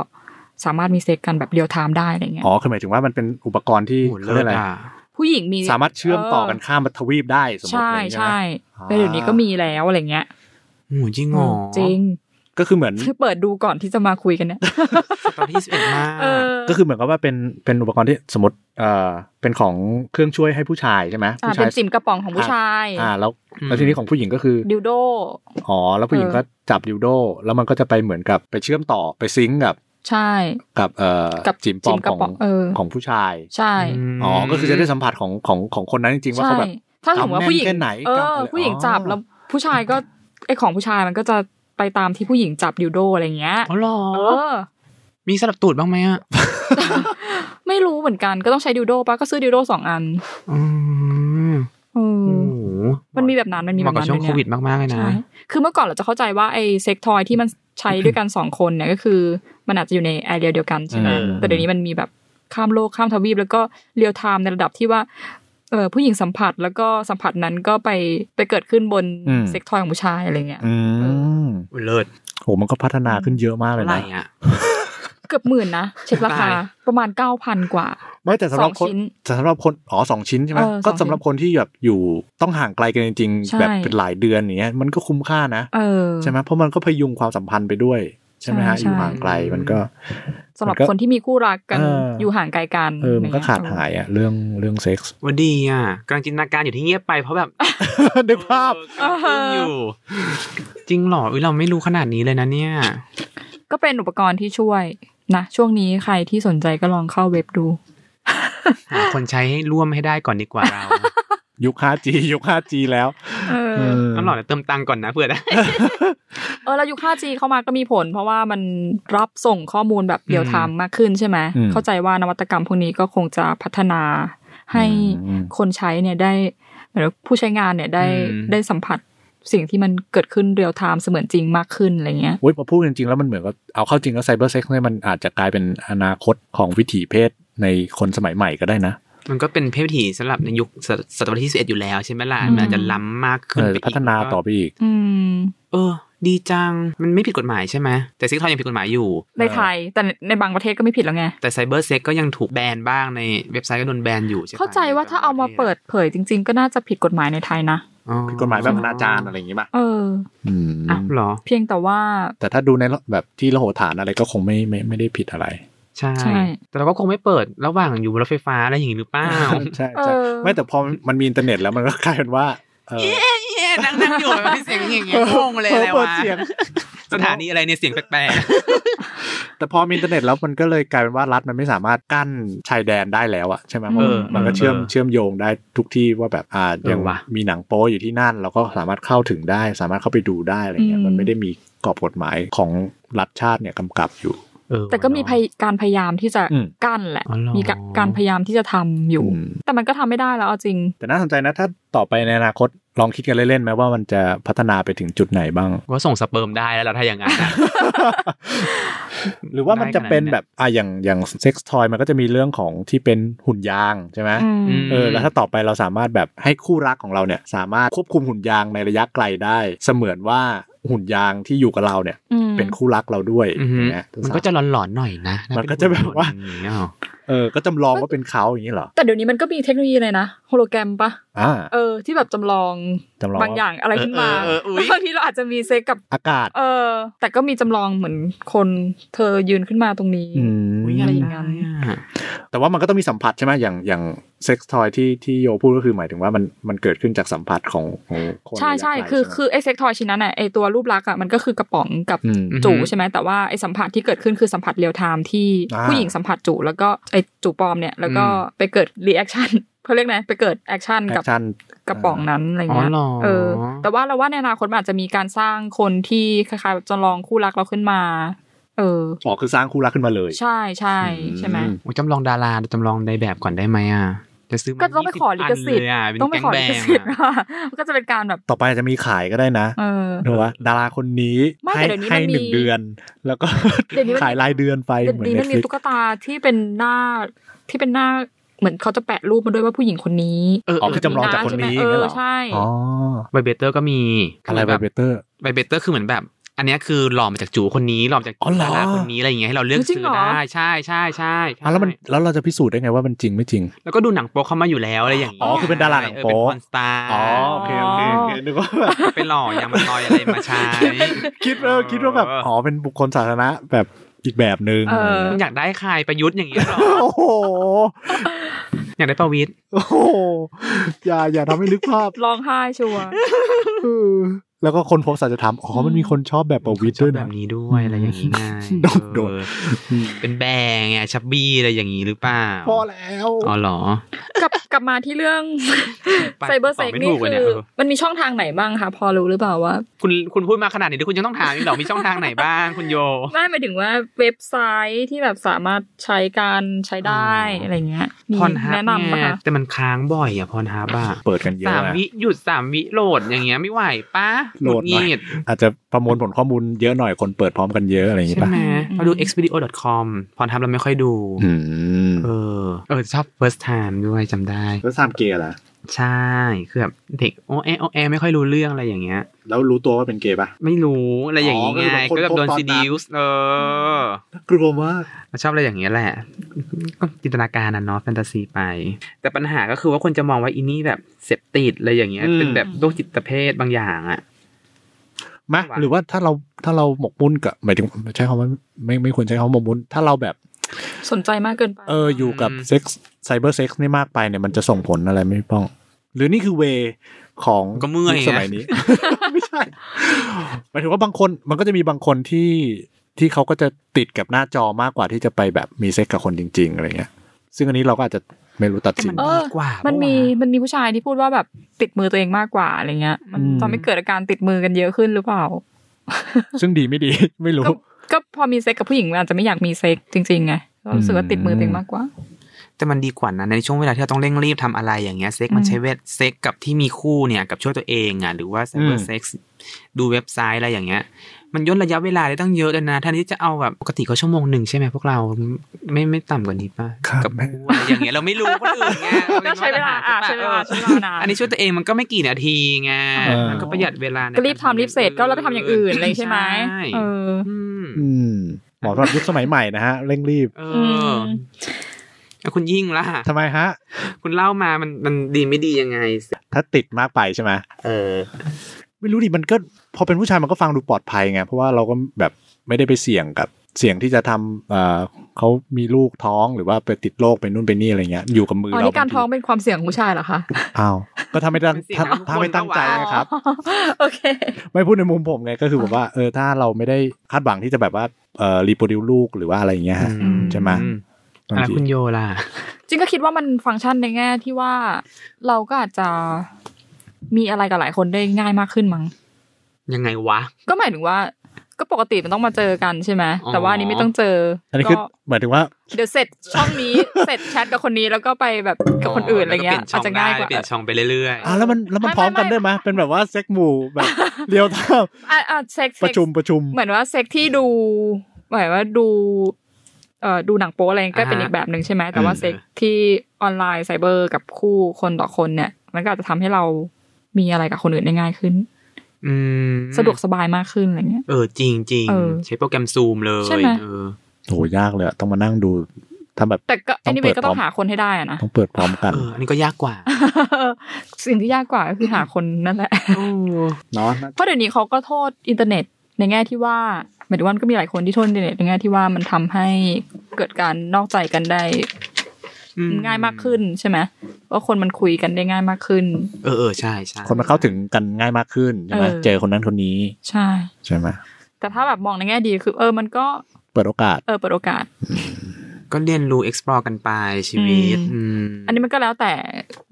Speaker 4: สามารถมีเซ็กกันแบบเรียลไทม์ได้อะไรเงี้ย
Speaker 2: อ๋อ คือหมายถึงว่ามันเป็นอุปกรณ์ที่
Speaker 3: โห
Speaker 2: เขา
Speaker 3: เลิ
Speaker 2: เรี
Speaker 3: ศ
Speaker 2: ยกอะไร
Speaker 3: อ่ะ
Speaker 4: ผู้หญิงมี
Speaker 2: สามารถเชื่อมต่อกันข้ามทวีปได้สมมติ
Speaker 4: ใช่
Speaker 2: อะไรอย่างเงี้ย
Speaker 4: ใช่
Speaker 2: นะ
Speaker 4: แต่เดี๋ยวนี้ก็มีแล้วอะไรเงี้ย
Speaker 3: โหจริงเหรอ
Speaker 4: จริง
Speaker 2: ก็คือเหมือน
Speaker 4: คือเปิดดูก่อนที่จะมาคุยกันเนี่ย
Speaker 3: ตอนที่สิบเอ็ดมาก
Speaker 4: เออ
Speaker 2: ก็คือเหมือนกับว่าเป็น เป็นอุปกรณ์ที่สมมติ เอ่อ เป็นของเครื่องช่วยให้ผู้ชายใช่ไหม
Speaker 4: อ่า
Speaker 2: ผู้ชา
Speaker 4: เป็
Speaker 2: ย
Speaker 4: นจิมกระป๋องของผู้ชาย
Speaker 2: อ่า แล้ว แล้วทีนี้ของผู้หญิงก็คือ
Speaker 4: ดิวโด
Speaker 2: อ๋อ แล้วผู้หญิง
Speaker 4: เออ
Speaker 2: ก็จับดิวโด แล้วมันก็จะไปเหมือนกับไปเชื่อมต่อไปซิงก์กับ
Speaker 4: ใช่
Speaker 2: กับ เอ่อ
Speaker 4: กับ
Speaker 2: จิมปลอม
Speaker 4: จิ๋มกระ
Speaker 2: ข
Speaker 4: ป๋
Speaker 2: อ
Speaker 4: อง งเออ
Speaker 2: ของผู้ชาย
Speaker 4: ใช่
Speaker 3: ม
Speaker 2: อ๋อ ก็คือจะได้สัมผัสของของของคนนั้นจริงๆว่า
Speaker 4: ใช่
Speaker 2: เขาแบบ
Speaker 4: ถ้าสมมติว่าผู้หญิง
Speaker 2: กำแน่นแค่ไหน
Speaker 4: เอก
Speaker 2: ำ
Speaker 4: อ
Speaker 2: เลย
Speaker 4: ผู้หญิง
Speaker 2: อ๋อ
Speaker 4: จับแล้วผู้ชายก็ไอของผู้ชายมันก็จะไปตามที่ผู้หญิงจับดิวโดอะไรเงี้ย
Speaker 3: อ๋อเหรอ
Speaker 4: เออ
Speaker 3: มีสลับตูดบ้างไหมอ่ะ
Speaker 4: ไม่รู้เหมือนกันก็ต้องใช้ดิวโดปะก็ซื้อดิวโดสองอัน
Speaker 3: อืม
Speaker 4: เออ
Speaker 3: โอ้โห
Speaker 4: มันมีแบบนั้นมันมี
Speaker 3: เห
Speaker 4: แบ
Speaker 3: มาะ
Speaker 4: บ
Speaker 3: กับ
Speaker 4: นั้น
Speaker 3: ช่วง
Speaker 4: ด้ย
Speaker 3: โค
Speaker 4: เนี่ย
Speaker 3: วิดมากๆเลยนะ
Speaker 4: ใช่ คือเมื่อก่อนเราจะเข้าใจว่าไอ้เซ็กทอยที่มันใช้ด้วยกันสองคนเนี่ยก็คือ มันอาจจะอยู่ในแอเรียเดียวกันใช่ไหม
Speaker 2: เออ
Speaker 4: แต่เดี๋ยวนี้มันมีแบบข้ามโลกข้ามทวีป แล้วก็เรียลไทม์ในระดับที่ว่าเออผู้หญิงสัมผัสแล้วก็สัมผัสนั้นก็ไปไปเกิดขึ้นบน
Speaker 2: อืม
Speaker 4: เซ็กทอยของผู้ชายอะไรเงี้ย
Speaker 2: อืม
Speaker 3: เลิศ
Speaker 2: โห มันก็พัฒนาขึ้นเยอะมากเลย
Speaker 3: อะไร
Speaker 2: นะ
Speaker 3: อ่ะ
Speaker 4: เกือบหมื่นนะเช็คราคา
Speaker 3: ตาย
Speaker 4: ประมาณเก้าพันกว่า
Speaker 2: ไม่แต่สำหรับ
Speaker 4: สอง
Speaker 2: คน
Speaker 4: ชิ้น
Speaker 2: แต่สำหรับคนอ๋อสองชิ้นใช่ไหม
Speaker 4: เออสอง
Speaker 2: ก็สำหรับคนที่แบบอยู่ต้องห่างไกลกันจริง
Speaker 4: ใช่
Speaker 2: ๆแบบเป็นหลายเดือนอย่างเงี้ยมันก็คุ้มค่านะ
Speaker 4: เออ
Speaker 2: ใช่ไหมเพราะมันก็พยุงความสัมพันธ์ไปด้วยใช่ไหมฮะอ
Speaker 4: ใช่
Speaker 2: ยู่ห่างไกลมันก็
Speaker 4: สำหรับ
Speaker 2: มันก็
Speaker 4: คนที่มีคู่รักกัน
Speaker 2: เอออ
Speaker 4: อยู่ห่างไกลกัน
Speaker 2: เออมันก็ขาดหายอะเรื่องเรื่องเซ็กส์
Speaker 3: ว่าดีอ่ะกำลังจินตนาการอยู่ที่เงียบไปเพราะแบบ
Speaker 2: นึกภาพ
Speaker 3: เออกำลังอึ้งอยู่ จริงเหรออุ้ยเราไม่รู้ขนาดนี้เลยนะเนี่ย
Speaker 4: ก็เป็นอุปกรณ์ที่ช่วยนะช่วงนี้ใครที่สนใจก็ลองเข้าเว็บดู
Speaker 3: หาคนใช้ให้ร่วมให้ได้ก่อนดีกว่าเรา
Speaker 2: ยุค 5G ยุค 5G แล้ว
Speaker 4: เออ
Speaker 2: เออ
Speaker 3: น้ำหล่อเดี๋ยวเติมตังค์ก่อนนะเผื่อได้
Speaker 4: เออแล้วยุค 5G เข้ามาก็มีผล เพราะว่ามันรับส่งข้อมูลแบบเดียวทามมากขึ้นใช่ไหม เข้าใจว่านวัตกรรมพวกนี้ก็คงจะพัฒนาให้
Speaker 2: อืม
Speaker 4: คนใช้เนี่ยได้หรือผู้ใช้งานเนี่ยได้
Speaker 3: อืม
Speaker 4: ได้สัมผัสสิ่งที่มันเกิดขึ้นเรียลไทม์เสมือนจริงมากขึ้นอะไรเงี้ย
Speaker 2: เว้ยพอพูดจริงๆแล้วมันเหมือนกับเอาเข้าจริงแล้วไซเบอร์เซ็กซ์เนี่ยมันอาจจะกลายเป็นอนาคตของวิถีเพศในคนสมัยใหม่ก็ได้นะ
Speaker 3: มันก็เป็นเพศถีสำหรับในยุคศตศตวรรษที่11อยู่แล้วใช่ไหมล่ะ
Speaker 4: อืม
Speaker 3: มันอาจจะล้ำมากขึ้น
Speaker 2: เออ
Speaker 3: ไปอีก
Speaker 2: พัฒนาต่อไปอีก
Speaker 4: อืม
Speaker 3: เออ ดีจัง มันไม่ผิดกฎหมายใช่ไหมแต่ซิกทอยยังผิดกฎหมายอยู่
Speaker 4: ในไทยแต่ในบางประเทศก็ไม่ผิดแล้วไง
Speaker 3: แต่ไซเบอร์เซ็กก็ยังถูกแบนบ้างในเว็บไซต์ก็โดนแบนอยู่ใช่ปะ
Speaker 4: เข้าใจว่าถ้าเอามาเปิดเผยจริง ๆ ก็น่าจะผิดกฎหมายในไทยนะ
Speaker 3: อ๋อ
Speaker 2: คือกฎหมายแบบอนาจารอะไรอย่างงี้ป่ะ
Speaker 4: เออ
Speaker 2: อืม
Speaker 3: อ้าวเหรอ
Speaker 4: เพียงแต่ว่า
Speaker 2: แต่ถ้าดูในแบบที่ระโหฐานอะไรก็คงไม่ไม่ไม่ได้ผิดอะไร
Speaker 3: ใช่
Speaker 4: ใช่
Speaker 3: แต่เราก็คงไม่เปิดระหว่างอยู่บนรถไฟฟ้าอะไรอย่างนี้หรือเป ล่า
Speaker 2: ใช่
Speaker 4: เอ
Speaker 2: ใช่
Speaker 4: อ
Speaker 2: ไม่แต่พอมันมีอินเทอร์เน็ตแล้วมันก็กลายเป็นว่าเออ
Speaker 3: เนี่ยนั่งนั่งอยู่แบบเสียง อย่างเงี้ยงงเลย
Speaker 2: เอ
Speaker 3: อะ
Speaker 2: อ
Speaker 3: ไร
Speaker 2: เปิด
Speaker 3: วะ
Speaker 2: เสียง
Speaker 3: สถานีอะไรเนี่ยเสียงแปลก
Speaker 2: แต่พอมีอินเทอร์เน็ตแล้วมันก็เลยกลายเป็นว่ารัฐมันไม่สามารถกั้นชายแดนได้แล้วอะใช่ไหม
Speaker 4: เออ
Speaker 2: เพราะมันมันก็เชื่อมเชื่อมโยงได้ทุกที่ว่าแบบอ่าอย่าง
Speaker 3: เออว่ะ
Speaker 2: มีหนังโป๊อยู่ที่นั่นเราก็สามารถเข้าถึงได้ สามารถเข้าไปดูได้อะไรเงี้ย
Speaker 4: อืม
Speaker 2: มันไม่ได้มีกรอบกฎหมายของรัฐชาติเนี่ยกำกับอยู่
Speaker 3: ๆเออ
Speaker 4: แต่ก็มีพยการพยายามที่จะ
Speaker 2: อืม
Speaker 4: กั้นแหละ
Speaker 3: อ๋อเหรอ
Speaker 4: มีกะการพยายามที่จะทำอยู่
Speaker 2: อืม
Speaker 4: แต่มันก็ทำไม่ได้แล้วเอาจริง
Speaker 2: แต่น่าสนใจนะถ้าต่อไปในอนาคตลองคิดกันเล่นๆไหมว่ามันจะพัฒนาไปถึงจุดไหนบ้าง
Speaker 3: ว่าส่งสเปิร์มได้แล้วล่ะถ้าอย่างนั้นอะ
Speaker 2: หรือว่ามันจะเป็นแบบอ่ะอย่างอย่างเซ็กซ์ทอยมันก็จะมีเรื่องของที่เป็นหุ่นยางใช่ไหม
Speaker 4: อืม
Speaker 2: เออแล้วถ้าต่อไปเราสามารถแบบให้คู่รักของเราเนี่ยสามารถควบคุมหุ่นยางในระยะไกลได้ เสมือนว่าหุ่นยางที่อยู่กับเราเนี่ย
Speaker 4: อืม
Speaker 2: เป็นคู่รักเราด้วย
Speaker 3: อือฮึ
Speaker 2: อย่างเงี้ย
Speaker 3: มันก็จะหลอนๆหน่อยนะ
Speaker 2: มันก็จะแบบว่า
Speaker 3: อย่างเงี้ยหรอ
Speaker 2: เออก็จำลองว่าเป็นเขาอย่างนี้เหรอ
Speaker 4: แต่เดี๋ยวนี้มันก็มีเทคโนโลยีเลยนะโฮโลแกรมปะ
Speaker 2: อ่า
Speaker 4: เออที่แบบจำลอง
Speaker 2: จำลอง
Speaker 4: บางอย่างอะไรขึ้นมา
Speaker 3: เออเออเอออุ๊ย
Speaker 4: บางทีเราอาจจะมีเซ็กกับ
Speaker 2: อากาศ
Speaker 4: เออ แต่ก็มีจำลองเหมือนคนเธอยืนขึ้นมาตรงนี้
Speaker 2: อื
Speaker 3: อุ๊ย
Speaker 2: ม
Speaker 3: อะไรอย่าง
Speaker 4: เงี้ย
Speaker 3: เงี้ย
Speaker 2: แต่ว่ามันก็ต้องมีสัมผัสใช่ไหมอย่างอย่างเซ็กซ์ทอยที่ที่โยพูดก็คือหมายถึงว่ามันมันเกิดขึ้นจากสัมผัสของของคน
Speaker 4: ใช่ใช่
Speaker 2: ระยะไกล
Speaker 4: คือ
Speaker 2: ใช่ไหม
Speaker 4: คือไอเซ็กทอยชิ้นนั้นอ่ะไอตัวรูปลักษณ์อ่ะมันก็คือกระป๋องกับ
Speaker 2: อืม
Speaker 4: จู
Speaker 3: อือฮึ
Speaker 4: ใช่ไหมแต่ว่าไอสัมผัสที่เกิดขึ้นคือสัมผัสเรียลไทม์ที่
Speaker 2: อ่า
Speaker 4: ผู้หญิงสัมผัสจูแล้วก็ไอจูปลอมเนี่ยแล้วก็ไปเกิดรีแอคชั่นเขาเรียกไงไปเกิดแอคชั่น
Speaker 2: แอ
Speaker 4: กับ
Speaker 2: คชั่น
Speaker 4: กระป๋องนั้นอะไรเงี้
Speaker 3: อ๋
Speaker 4: ย
Speaker 3: อเหรอ
Speaker 4: เออ แต่ว่าเราว่าในอนาคตมันอาจจะมีการสร้างคนที่คล้ายๆแบบจำลองคู่รักเราขึ้นมา เออ
Speaker 2: อ๋อคือสร้างคู่รักขึ้นมาเลย
Speaker 4: ใช่ใช่
Speaker 2: อืม
Speaker 4: ใช่ไหม
Speaker 3: อุ๊ยจำลองดาราจำลองในแบบก่อนได้ไหมอ่ะจะซื้อมา
Speaker 4: ก็ต้องไปขอลิขสิทธิ์
Speaker 3: 20อันเลยะ
Speaker 4: ต้องไปขอลิขสิทธิ์
Speaker 3: เป็นแก๊งแบงอะ
Speaker 4: ว่าก็จะเป็นการแบบ
Speaker 2: ต่อไปอาจจะมีขายก็ได้นะ
Speaker 4: เออ
Speaker 2: หนูว่าดาราคนนี้
Speaker 4: ไม่
Speaker 2: ให้
Speaker 4: แต่เดี๋ยวนี้
Speaker 2: ให้
Speaker 4: มันมี
Speaker 2: หนึ่งเดือน แล้วก็
Speaker 4: เดี๋ยวนี้มัน
Speaker 2: ขายรายเดือนไป
Speaker 4: เดี๋ย
Speaker 2: เหมื
Speaker 4: ว
Speaker 2: อน
Speaker 4: นี้
Speaker 2: เน็
Speaker 4: มั
Speaker 2: ต
Speaker 4: น
Speaker 2: ฟ
Speaker 4: มี
Speaker 2: ลิก
Speaker 4: ตุ๊กตาที่เป็นหน้าที่เป็นหน้าเหมือนเขาจะแปะรูปมาด้วยว่าผู้หญิงคนนี้
Speaker 3: เออ
Speaker 2: อ๋อคือจำลองจากคนนี้อย่างเงี้ย
Speaker 4: เออ
Speaker 2: เหรอ
Speaker 4: ใช่
Speaker 2: อ๋อ
Speaker 3: ไบเบเตอร์ก็มี
Speaker 2: อะไร
Speaker 3: แบ
Speaker 2: แบบ บเตอร์
Speaker 3: ไบเบเตอร์คือเหมือนแบบ อันเนี้ยคือหลอมมาจากจูคนนี้หลอมจาก
Speaker 2: อ๋อเหร
Speaker 3: ดา
Speaker 2: อ
Speaker 3: ราคนนี้อะไรอย่างเงี้ยให้เราเลือกซื้อได้ใช่ใช่ใช่ใช่
Speaker 2: อ่ะแล้วมันแล้วเราจะพิสูจน์ได้ไงว่ามันจริงไม่จริง
Speaker 3: แล้วก็ดูหนังโป๊เข้ามาอยู่แล้วอะไรอย่างเงี้ย
Speaker 2: อ๋อคือเป็นดาราหนังโป๊
Speaker 3: เออเป็นพรสตาร์
Speaker 2: นึกว่า แบบ
Speaker 3: ไปหล่อยางมาตอยอะไรมาใช้
Speaker 2: คิดเออคิดว่าแบบอ๋อเป็นบุคคลสาธารณะแบบอีกแบบหนึ่ง
Speaker 4: เออ
Speaker 3: มึงอยากได้ใครประยุทธ์อย่างเงี้ยเหรอ
Speaker 2: โอ้โห
Speaker 3: อยากได้ประวิทย์
Speaker 2: โอ้โหอย่าอย่าทำให้นึกภาพ
Speaker 4: ร้องไห้ชัวร์
Speaker 2: เออแล้วก็คนพบสัจธรรมอ๋อมันมีคนชอบแบบประวิตรด้วย
Speaker 3: แบ
Speaker 2: นะ
Speaker 3: บนี้ด้วยอะไรอย่างงี้ไง
Speaker 2: โดนโดน
Speaker 3: เออเป็นแบงไงชับบี้อะไรอย่างงี้หรือเปล่า
Speaker 2: พอแล้ว
Speaker 3: อ๋อเหรอ
Speaker 4: กลับกลับมาที่เรื่อง
Speaker 3: ไป
Speaker 4: ไซเบอร์เซ็ก
Speaker 3: ตอบไม่
Speaker 4: นี่
Speaker 3: ถูกเลย
Speaker 4: คื
Speaker 3: เนี่ย
Speaker 4: อ
Speaker 3: เออ
Speaker 4: มันมีช่องทางไหนบ้างคะพอรู้หรือเปล่าว่า
Speaker 3: คุณคุณพูดมาขนาดนี้แล้วคุณยังต้องถามอีกเหรอมีช่องทางไหนบ้างคุณโย
Speaker 4: ไม่หมายถึงว่าเว็บไซต์ที่แบบสามารถใช้การใช้ได้
Speaker 3: อ๋ออ
Speaker 4: อะไรเงี้ยมี
Speaker 3: พรฮับ
Speaker 4: แนะนำไหม
Speaker 3: เนี่ย
Speaker 4: คะ
Speaker 3: แต่มันค้างบ่อยอะพรฮับอะ
Speaker 2: เปิดกันเยอะ
Speaker 3: สาม
Speaker 2: อะ
Speaker 3: วิหยุดสามวิโหลดอย่างเงี้ยไม่ไหวปะ
Speaker 2: โหลดหน่อย
Speaker 3: งีด
Speaker 2: อาจจะประมวลผลข้อมูลเยอะหน่อยคนเปิดพร้อมกันเยอะอะไรอย่างงี้
Speaker 3: ใช่
Speaker 2: ป่ะ
Speaker 3: ไหมเราดู expedio.com พรฮับเราไม่ค่อยดู
Speaker 2: อืม
Speaker 3: เออ เออชอบ first time ด้วยจำได้
Speaker 2: แล้วสามเกย์ล่ะ
Speaker 3: ใช่คือแบบเด็กโอแอโอแอไม่ค่อยรู้เรื่องอะไรอย่างเงี้ย
Speaker 2: แล้วรู้ตัวว่าเป็นเกย์ป่ะ
Speaker 3: ไม่รู้อะไรอย่างงี้
Speaker 2: อ๋อก็คือ
Speaker 3: ไง
Speaker 2: คน
Speaker 3: ก็แบบโดน
Speaker 2: พบตอน
Speaker 3: ซี
Speaker 2: นั้
Speaker 3: ดิ
Speaker 2: น
Speaker 3: วส์เออ
Speaker 2: กลัวมาก
Speaker 3: ชอบอะไรอย่างเงี้ยแหละ ก็จินตนาการนะเนาะแฟนตาซีไป แต่ปัญหาก็คือว่าคนจะมองว่าอินี่แบบเสพติดอะไรอย่างเงี้ย
Speaker 2: อืม
Speaker 3: เป็นแบบโรคจิตเภทบางอย่างอ่ะ
Speaker 2: มะหรือว่าถ้าเราถ้าเราหมกมุ่นกับหมายถึงใช้คำว่าไม่ไม่ควรใช้คำว่าหมกมุ่นถ้าเราแบบ
Speaker 4: สนใจมากเกินไป
Speaker 2: เอออยู่กับ
Speaker 3: อืม
Speaker 2: เซ็กซ์ไซเบอร์เซ็กซ์นี่มากไปเนี่ยมันจะส่งผลอะไรไหมพี่ป้อง หรือนี่คือเวของ
Speaker 3: ก็เมื่อย
Speaker 2: ค
Speaker 3: ไง
Speaker 2: สมัยนี้ ไม่ใช่หมายถึงว่าบางคนมันก็จะมีบางคนที่ที่เขาก็จะติดกับหน้าจอมากกว่าที่จะไปแบบมีเซ็กกับคนจริง ๆอะไรเงี้ย ซึ่งอันนี้เราก็อาจจะไม่รู้ตัด สิน
Speaker 4: เออ
Speaker 3: ดีกว่า
Speaker 4: มันมี
Speaker 3: ปะวะ
Speaker 4: มันมีผู้ชายที่พูดว่าแบบติดมือตัวเองมากกว่าอะไรเงี้ย มัน
Speaker 2: อืม
Speaker 4: ทำให้เกิดอาการติดมือกันเยอะขึ้นหรือเปล่า
Speaker 2: ซึ่งดีไม่ดี ไม่รู้
Speaker 4: ก็ก็พอมีเซ็กกับผู้หญิงมันอาจจะไม่อยากมีเซ็กจริงๆไงก็รู้สึกว่าติดมือตัวเองมากกว่า
Speaker 3: แต่มันดีกว่านะในช่วงเวลาที่เราต้องเร่งรีบทำอะไรอย่างเงี้ยเซ็ก
Speaker 4: อืม
Speaker 3: มันใช้เวทเซ็กกับที่มีคู่เนี่ยกับช่วยตัวเองอ่ะหรือว่าไซเบอ
Speaker 2: อืม
Speaker 3: ร์เซ็กซ์ดูเว็บไซต์อะไรอย่างเงี้ย มันย่นระยะเวลาได้ตั้งเยอะเลยนะแท่านที่จะเอาแบบปกติก็ชั่วโมงหนึ่งใช่ไหมพวกเราไม่ไม่ต่ำกว่านี้ป่ะ
Speaker 2: ครับ
Speaker 3: กั
Speaker 2: แม่
Speaker 3: คู่อะไรอย่างเงี้ยเราไม่รู้คนอื่นไงเอ
Speaker 4: ก็
Speaker 3: อ
Speaker 4: ใช้เวลาอ่ะใช้เวลาใช้เวลานาน
Speaker 3: อันนี้ช่วยตัวเองมันก็ไม่กี่นาทีไง
Speaker 2: เออ
Speaker 3: มันก็ประหยัดเวลาใน
Speaker 4: ก็รีบทำรีบเสร็จก็แล้วไปทำอย่างอื่นอะไรใช่ไหม
Speaker 3: ใช่
Speaker 4: เออ
Speaker 3: ม
Speaker 2: อืมเหมอสำหรับยุคสมัยใหม่นะฮะเร่งรีบ
Speaker 3: เอ
Speaker 4: ม
Speaker 3: อแล้วคุณยิ่งล่ะ
Speaker 2: ทำไมฮะ
Speaker 3: คุณเล่ามามันมันดีไม่ดียังไง
Speaker 2: ถ้าติดมากไปใช่ไหม
Speaker 3: เออ
Speaker 2: ไม่รู้ดิมันก็พอเป็นผู้ชายมันก็ฟังดูปลอดภัยไงเพราะว่าเราก็แบบไม่ได้ไปเสี่ยงกับเสี่ยงที่จะทำเอ่อเขามีลูกท้องหรือว่าไปติดโรคไปนู่นไปนี่อะไรเงี้ยอยู่กับมือ
Speaker 4: อ๋อ
Speaker 2: เรา
Speaker 4: นี่การ
Speaker 2: บที
Speaker 4: ท้องเป็นความเสี่ยงของผู้ชายเหรอคะ
Speaker 2: อ้าวก็ถ้าไม่ตั้ง
Speaker 3: เป็นเสี่ยงข
Speaker 2: ถ้า
Speaker 3: องทุก
Speaker 2: ถ้าไม่
Speaker 3: คน
Speaker 2: ตั้งใจ
Speaker 3: ก็ว่า
Speaker 2: นะครับ
Speaker 4: โอเค
Speaker 2: ไม่พูดในมุมผมไงก็คือแบบว่าเออถ้าเราไม่ได้คาดหวังที่จะแบบว่าเอ่อรีโปรดิวลูกหรือว่าอะไรอย่างเงี้ยฮะ
Speaker 3: อืม
Speaker 2: ใช่ไหม
Speaker 3: อื
Speaker 2: บาง
Speaker 3: อะไร
Speaker 2: ที
Speaker 3: คุณโยล่ะ
Speaker 4: จริงก็คิดว่ามันฟังก์ชันในแง่ที่ว่าเราก็อาจจะมีอะไรกับหลายคนได้ง่ายมากขึ้นมั้ง
Speaker 3: ยังไงวะ
Speaker 4: ก็หมายถึงว่า ก็ปกติมันต้องมาเจอกันใช่ไหม
Speaker 3: อ๋อ
Speaker 4: แต่ว่าอันนี้ไม่ต้องเจอ
Speaker 2: อันนี้คือ
Speaker 4: ก็
Speaker 2: หมายถึงว่า
Speaker 4: เดี๋ยวเสร็จช่องนี้ เสร็จแชทกับคนนี้แล้วก็ไปแบบกับคนอื่นอะไรเงี้ย
Speaker 3: แล้วก็ปลี่นช่
Speaker 4: อาจจะง่ายก
Speaker 3: ได้
Speaker 4: ว่า
Speaker 3: เปลี่ยนช่องไปเรื่อย
Speaker 2: อ่ะแล้วมันแล้วมัน
Speaker 4: ไม่
Speaker 2: พร้อมกัน
Speaker 4: ไม่
Speaker 2: ได้ไหมเป็นแบบว่าเซ็กหมู่แบบเรียวท่าม
Speaker 4: อ่ะอ่ ะเซ็ก
Speaker 2: ประชุมประชุม
Speaker 4: เหมือนว่าเซ็กที่ดูหมายว่าดูเอ่อดูหนังโป๊อะไรก็เป็นอีกแบบหนึ่งใช่ไหมแต่ว่าเซ็กที่ออนไลน์ไซเบอร์กับคู่คนต่อคนเนี่ย มันก็อาจจะทำให้เรามีอะไรกับคนอื่นได้ง่ายขึ้น
Speaker 3: ๆอืม
Speaker 4: สะดวกสบายมากขึ้นอะไรเงี้ย
Speaker 3: เออจริงจริง
Speaker 4: เออ
Speaker 3: ใช้โปรแกรมซูมเลย
Speaker 4: ใช่ไหม
Speaker 3: เออ
Speaker 2: โหยากเลยอะต้องมานั่งดู ทำแบบ
Speaker 4: แต่ก็
Speaker 2: ต้อ
Speaker 4: อั
Speaker 2: ง
Speaker 4: น
Speaker 2: เปิด
Speaker 4: นี้เวก็ต้อ
Speaker 2: พร้
Speaker 4: ง
Speaker 2: อม
Speaker 4: หาคนให้ได้อะนะ
Speaker 2: ต้องเปิดพร้อมกัน
Speaker 3: เอออันนี้ก็ยากกว่า
Speaker 4: สิ่งที่ยากกว่าก็คือหาคนนั่นแหละ
Speaker 2: เนาะ
Speaker 4: เพราะเดี๋ยวนี้เขาก็โทษอินเทอร์เน็ตในแง่ที่ว่าหมายถึงว่ามันก็มีหลายคนที่โทษอินเทอร์เน็ตในแง่ที่ว่ามันทำให้เกิดการนอกใจกันได้
Speaker 3: อื
Speaker 4: ง่ายมากขึ้นใช่ไหมว่าคนมันคุยกันได้ง่ายมากขึ้น
Speaker 3: เออเออใช่ใช่
Speaker 2: คนมาเข้าถึงกันง่ายมากขึ้นใช่ไหม
Speaker 4: เออ
Speaker 2: เจอคนนั้นคนนี้
Speaker 4: ใช่
Speaker 2: ใช่ไหม
Speaker 4: แต่ถ้าแบบมองในแง่ดีคือ เออมันก็
Speaker 2: เปิดโอกาส
Speaker 4: เออเปิดโอกาส
Speaker 3: ก็เรียนรู้ explore กันไปชีวิต
Speaker 4: อื
Speaker 3: อืม
Speaker 4: อันนี้มันก็แล้วแต่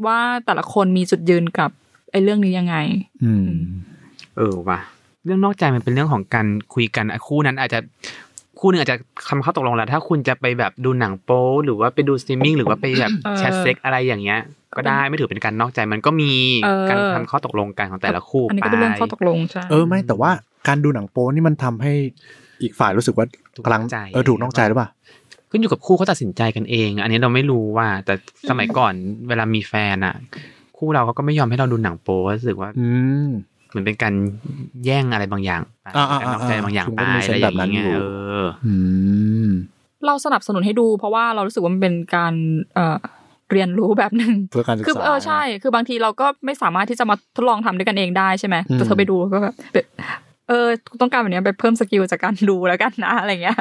Speaker 4: ว่าแต่ละคนมีจุดยืนกับไอ้เรื่องนี้ยังไง
Speaker 2: อืม
Speaker 3: เออว่ะเรื่องนอกใจมันเป็นเรื่องของการคุยกันอ่ะคู่นั้นอาจจะคู่หนึ่งอาจจะคำเข้าตกลงแล้ว ถ้าคุณจะไปแบบดูหนังโป๊หรือว่าไปดูสตรีมมิ่งหรือว่าไปแบบ
Speaker 4: เออ
Speaker 3: แชทเซ็กอะไรอย่างเงี้ย ก็ได้ไม่ถือเป็นการนอกใจมันก็มี
Speaker 4: เออ
Speaker 3: การทำข้อตกลงกันของแต่ละคู่
Speaker 4: อันนี้ก็เป็นเรื่องข้อตกลงใช่
Speaker 2: เออไม่แต่ว่าการดูหนังโป๊นี่มันทำให้อีกฝ่ายรู้สึกว่า
Speaker 3: ถู
Speaker 2: กำลัง
Speaker 3: ใจ
Speaker 2: เออถูกนอกใจหรือเปล่า
Speaker 3: ขึ้นอยู่กับคู่เขาตัดสินใจกันเอง อันนี้เราไม่รู้ว่า แต่สมัยก่อนเวลามีแฟนอะคู่เราเขาก็ไม่ยอมให้เราดูหนังโป๊รู้สึกว่า
Speaker 2: อืม
Speaker 3: เหมือนเป็นการแย่งอะไรบางอย่างไป
Speaker 2: อ่าอ่า
Speaker 3: การนอกใจบางอย่างไป
Speaker 2: อ่าอ่า
Speaker 3: อะไรอย่าง
Speaker 2: ผมก็มีเซนส์แบบนั้นอยู่
Speaker 3: เงี้ยเออ
Speaker 2: อืม
Speaker 4: เราสนับสนุนให้ดู เพราะว่าเรารู้สึกว่ามันเป็นการเอ่อเรียนรู้แบบหนึ่ง
Speaker 2: เพื่อการศึก
Speaker 4: คือ
Speaker 2: ษา
Speaker 4: เออใช่ คือบางทีเราก็ไม่สามารถที่จะมาทดลองทำด้วยกันเองได้ใช่ไหม
Speaker 2: อืม
Speaker 4: แต่เธอไปดูก็แบบแบบเออต้องการแบบเนี้ยไปเพิ่มสกิลจากการดูแล้วกัน นะอะไรเงี้ย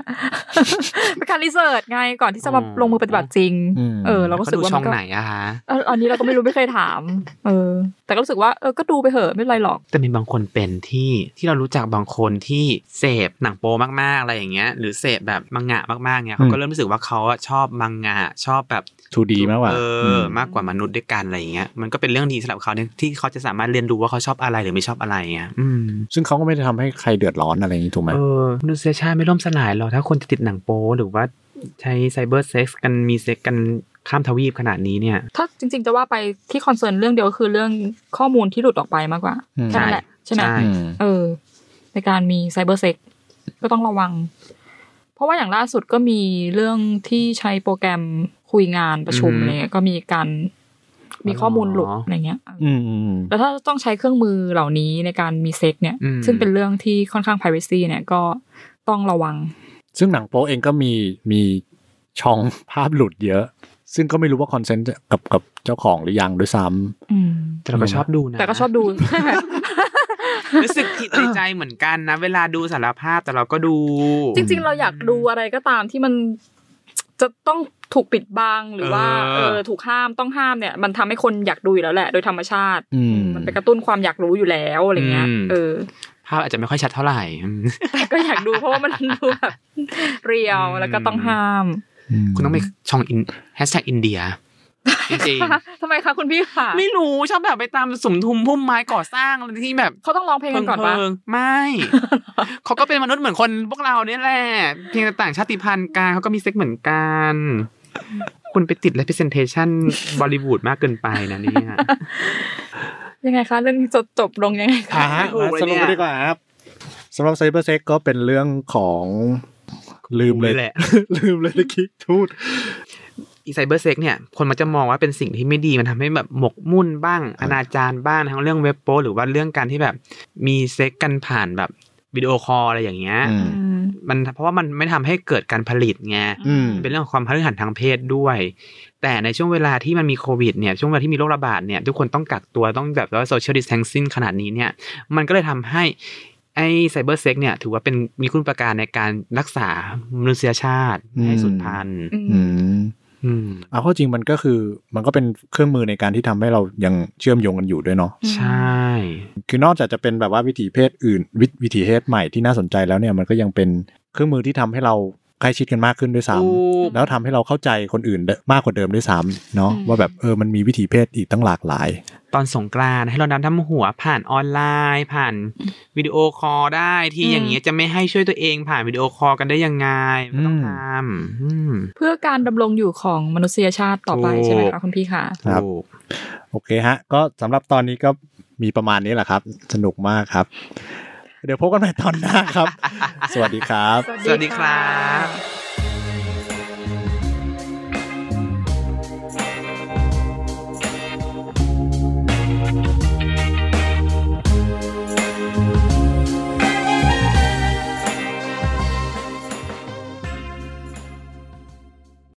Speaker 4: เป็นการรีเสิร์ชไงก่อนที่จะมาลงมือปฏิบัติจริง
Speaker 2: ม
Speaker 4: เออ เราก็
Speaker 3: เขา
Speaker 4: รู้สึ
Speaker 3: ดู
Speaker 4: กว่า
Speaker 3: ช่
Speaker 4: มั
Speaker 3: อง
Speaker 4: นก็
Speaker 3: ไหนอะคะ
Speaker 4: เอออันนี้เราก็ไม่รู้ไม่เคยถาม เออ แต่ก็รู้สึกว่าเออก็ดูไปเถอะไม่เป็นไรหรอก
Speaker 3: แต่มีบางคนเป็นที่ที่เรารู้จักบางคนที่เสพหนังโปมากๆอะไรอย่างเงี้ย หรือเสพแบบมังงะมากๆเงี้ยเขาก็เริ่มรู้สึกว่าเขาอะชอบมังงะชอบแบบ
Speaker 2: ทูดีมากกว่า
Speaker 3: เอออ
Speaker 2: ม
Speaker 3: มากกว่ามนุษย์ด้วยกันอะไรอย่างเงี้ยมันก็เป็นเรื่องดีสำหรับเขาเนี่ยที่เขาจะสามารถเรียนรู้ว่าเขาชอบอะไรหรือไม่ชอบอะไรอย่างเงี้ยอืม
Speaker 2: ซึ่งเขาก็ไม่ได้ทำให้ใครเดือดร้อนอะไรอย่างนี้ถูกไหม
Speaker 3: เออมนุษยชาติไม่ล่มสลายหรอกถ้าคนจะติดหนังโป๊หรือว่าใช้ไซเบอร์เซ็กซ์กันมีเซ็กกันข้ามทวีปขนาดนี้เนี่ย
Speaker 4: ถ้าจริง ๆ จะว่าไปที่คอนเซิร์นเรื่องเดียวคือเรื่องข้อมูลที่หลุดออกไปมากกว่า
Speaker 2: อืม
Speaker 4: แค่นั้นแหละใช่ไหม
Speaker 2: อืม
Speaker 4: เออในการมีไซเบอร์เซ็กก็ต้องระวัง เพราะว่าอย่างล่าสุดก็มีเรื่องที่ใช้โปรแกรมคุยงานประชุมอะไรเนี่ยก็มีการมีข้อมูลหลุดอะไรเงี้ย
Speaker 2: อืมอืม
Speaker 4: แล้วถ้าต้องใช้เครื่องมือเหล่านี้ในการมีเซ็กเนี่ย
Speaker 3: อืม
Speaker 4: ซึ่งเป็นเรื่องที่ค่อนข้าง p r i เวซีเนี่ยก็ต้องระวัง
Speaker 2: ซึ่งหนังโป๊เองก็มีมีช่องภาพหลุดเยอะ ซึ่งก็ไม่รู้ว่าคอนเซนต์กับกับเจ้าของหรือยังด้วยซ้ำ
Speaker 4: อืม
Speaker 3: แต่เราก็ชอบดูนะ
Speaker 4: แต่ก็ชอบดู
Speaker 3: รู้สึกผิดในใจเหมือนกันนะ เวลาดูสารภาพแต่เราก็ดู
Speaker 4: จริง ๆ เราอยากดูอะไรก็ตามที่มันจะต้องถูกปิดบังหรือว่าเออถูกห้ามต้องห้ามเนี่ย มันทำให้คนอยากดูอยู่แล้วแหละ โดยธรรมชาติ
Speaker 2: อืม
Speaker 4: มันไปกระตุ้นความอยากรู้อยู่แล้วอะไรเงี้ยเออ
Speaker 3: ภาพอาจจะไม่ค่อยชัดเท่าไหร่อืม
Speaker 4: แต่ก็อยากดูเพราะว่ามันดูแบบเรียวแล้วก็ต้องห้าม
Speaker 3: คุณต้องไปช่องอินแฮชแท็กอินเดียจริงๆ
Speaker 4: ทำไมคะคุณพี่ค่ะ
Speaker 3: ไม่รู้ชอบแบบไปตามสมทุมพุ่มไม้ก่อสร้างอะไรที่แบบ
Speaker 4: เขาต้องร้องเพลงกันก่อนปะ
Speaker 3: เพิงๆไม่ เขาก็เป็นมนุษย์เหมือนคนพวกเราเนี่ยแหละเพียงแต่ต่างชาติพันธุ์กันเขาก็มีเซ็กเหมือนกัน คุณไปติด representation บอลิวูดมากเกินไปนะเนี่ย
Speaker 4: ยังไงคะเรื่องจบจบลงยังไงคะ
Speaker 2: อ่ะฮะ
Speaker 3: ถูกเลย
Speaker 2: สรุป
Speaker 3: เนี่ย
Speaker 2: ดีกว่าครับสำหรับไซเบอร์เซ็กก็เป็นเรื่องของลืมเลย
Speaker 3: แหละ
Speaker 2: ลืมเลยตะกี้ทูด
Speaker 3: อีไซเบอร์เซ็กเนี่ย คนมันจะมองว่าเป็นสิ่งที่ไม่ดีมันทำให้แบบหมกมุ่นบ้าง อนาจารบ้างทั้งเรื่องเว็บโป้หรือว่าเรื่องการที่แบบมีเซ็กกันผ่านแบบวิดีโอคอลอะไรอย่างเงี้ย
Speaker 2: อื
Speaker 4: อืม
Speaker 3: มันเพราะว่ามันไม่ทำให้เกิดการผลิตไง
Speaker 2: อืม
Speaker 3: เป็นเรื่องของความพลาดหันทางเพศด้วย แต่ในช่วงเวลาที่มันมีโควิดเนี่ย ช่วงเวลาที่มีโรคระบาดเนี่ย ทุกคนต้องกักตัวต้องแบบว่าโซเชียลดิสแทงซิ่งขนาดนี้เนี่ย มันก็เลยทำให้ไอ้ไซเบอร์เซ็กเนี่ย ถือว่าเป็นมีคุณประการในการรักษามนุษยชาติไม่ให้สูญพันธุ์
Speaker 2: อืม
Speaker 3: อืม
Speaker 2: เอาเข้าจริงมันก็คือ มันก็เป็นเครื่องมือในการที่ทำให้เรายังเชื่อมโยงกันอยู่ด้วยเนาะ
Speaker 3: ใช่
Speaker 2: คือนอกจากจะเป็นแบบว่าวิถีเพศอื่นววิถีเพศใหม่ที่น่าสนใจแล้วเนี่ยมันก็ยังเป็นเครื่องมือที่ทำให้เราใกล้ชิดกันมากขึ้นด้วยซ้
Speaker 3: ถูก
Speaker 2: ำแล้วทำให้เราเข้าใจคนอื่นได้มากกว่าเดิมด้วยซ้ำเนาะ
Speaker 4: อืม
Speaker 2: ว่าแบบเออมันมีวิถีเพศอีกตั้งหลากหลาย
Speaker 3: ตอนสงกรานต์ให้เรานำทำหัวผ่านออนไลน์ ผ่านวิดีโอคอลได้ที่
Speaker 4: อืม
Speaker 3: อย่างเงี้ยจะไม่ให้ช่วยตัวเองผ่านวิดีโอคอลกันได้ยังไงมันต้องทำอืม
Speaker 4: เพื่อการดำรงอยู่ของมนุษยชาติต่อไป
Speaker 3: ถูก
Speaker 4: ใช่ไหมคะคุณพี่ค่ะ
Speaker 2: ครับ
Speaker 3: ถูก
Speaker 2: โอเคฮะ ก็สำหรับตอนนี้ก็มีประมาณนี้แหละครับ สนุกมากครับ เดี๋ยวพบกันใหม่ตอนหน้าครับ สวัสดีครับ
Speaker 3: สวัสดีครับ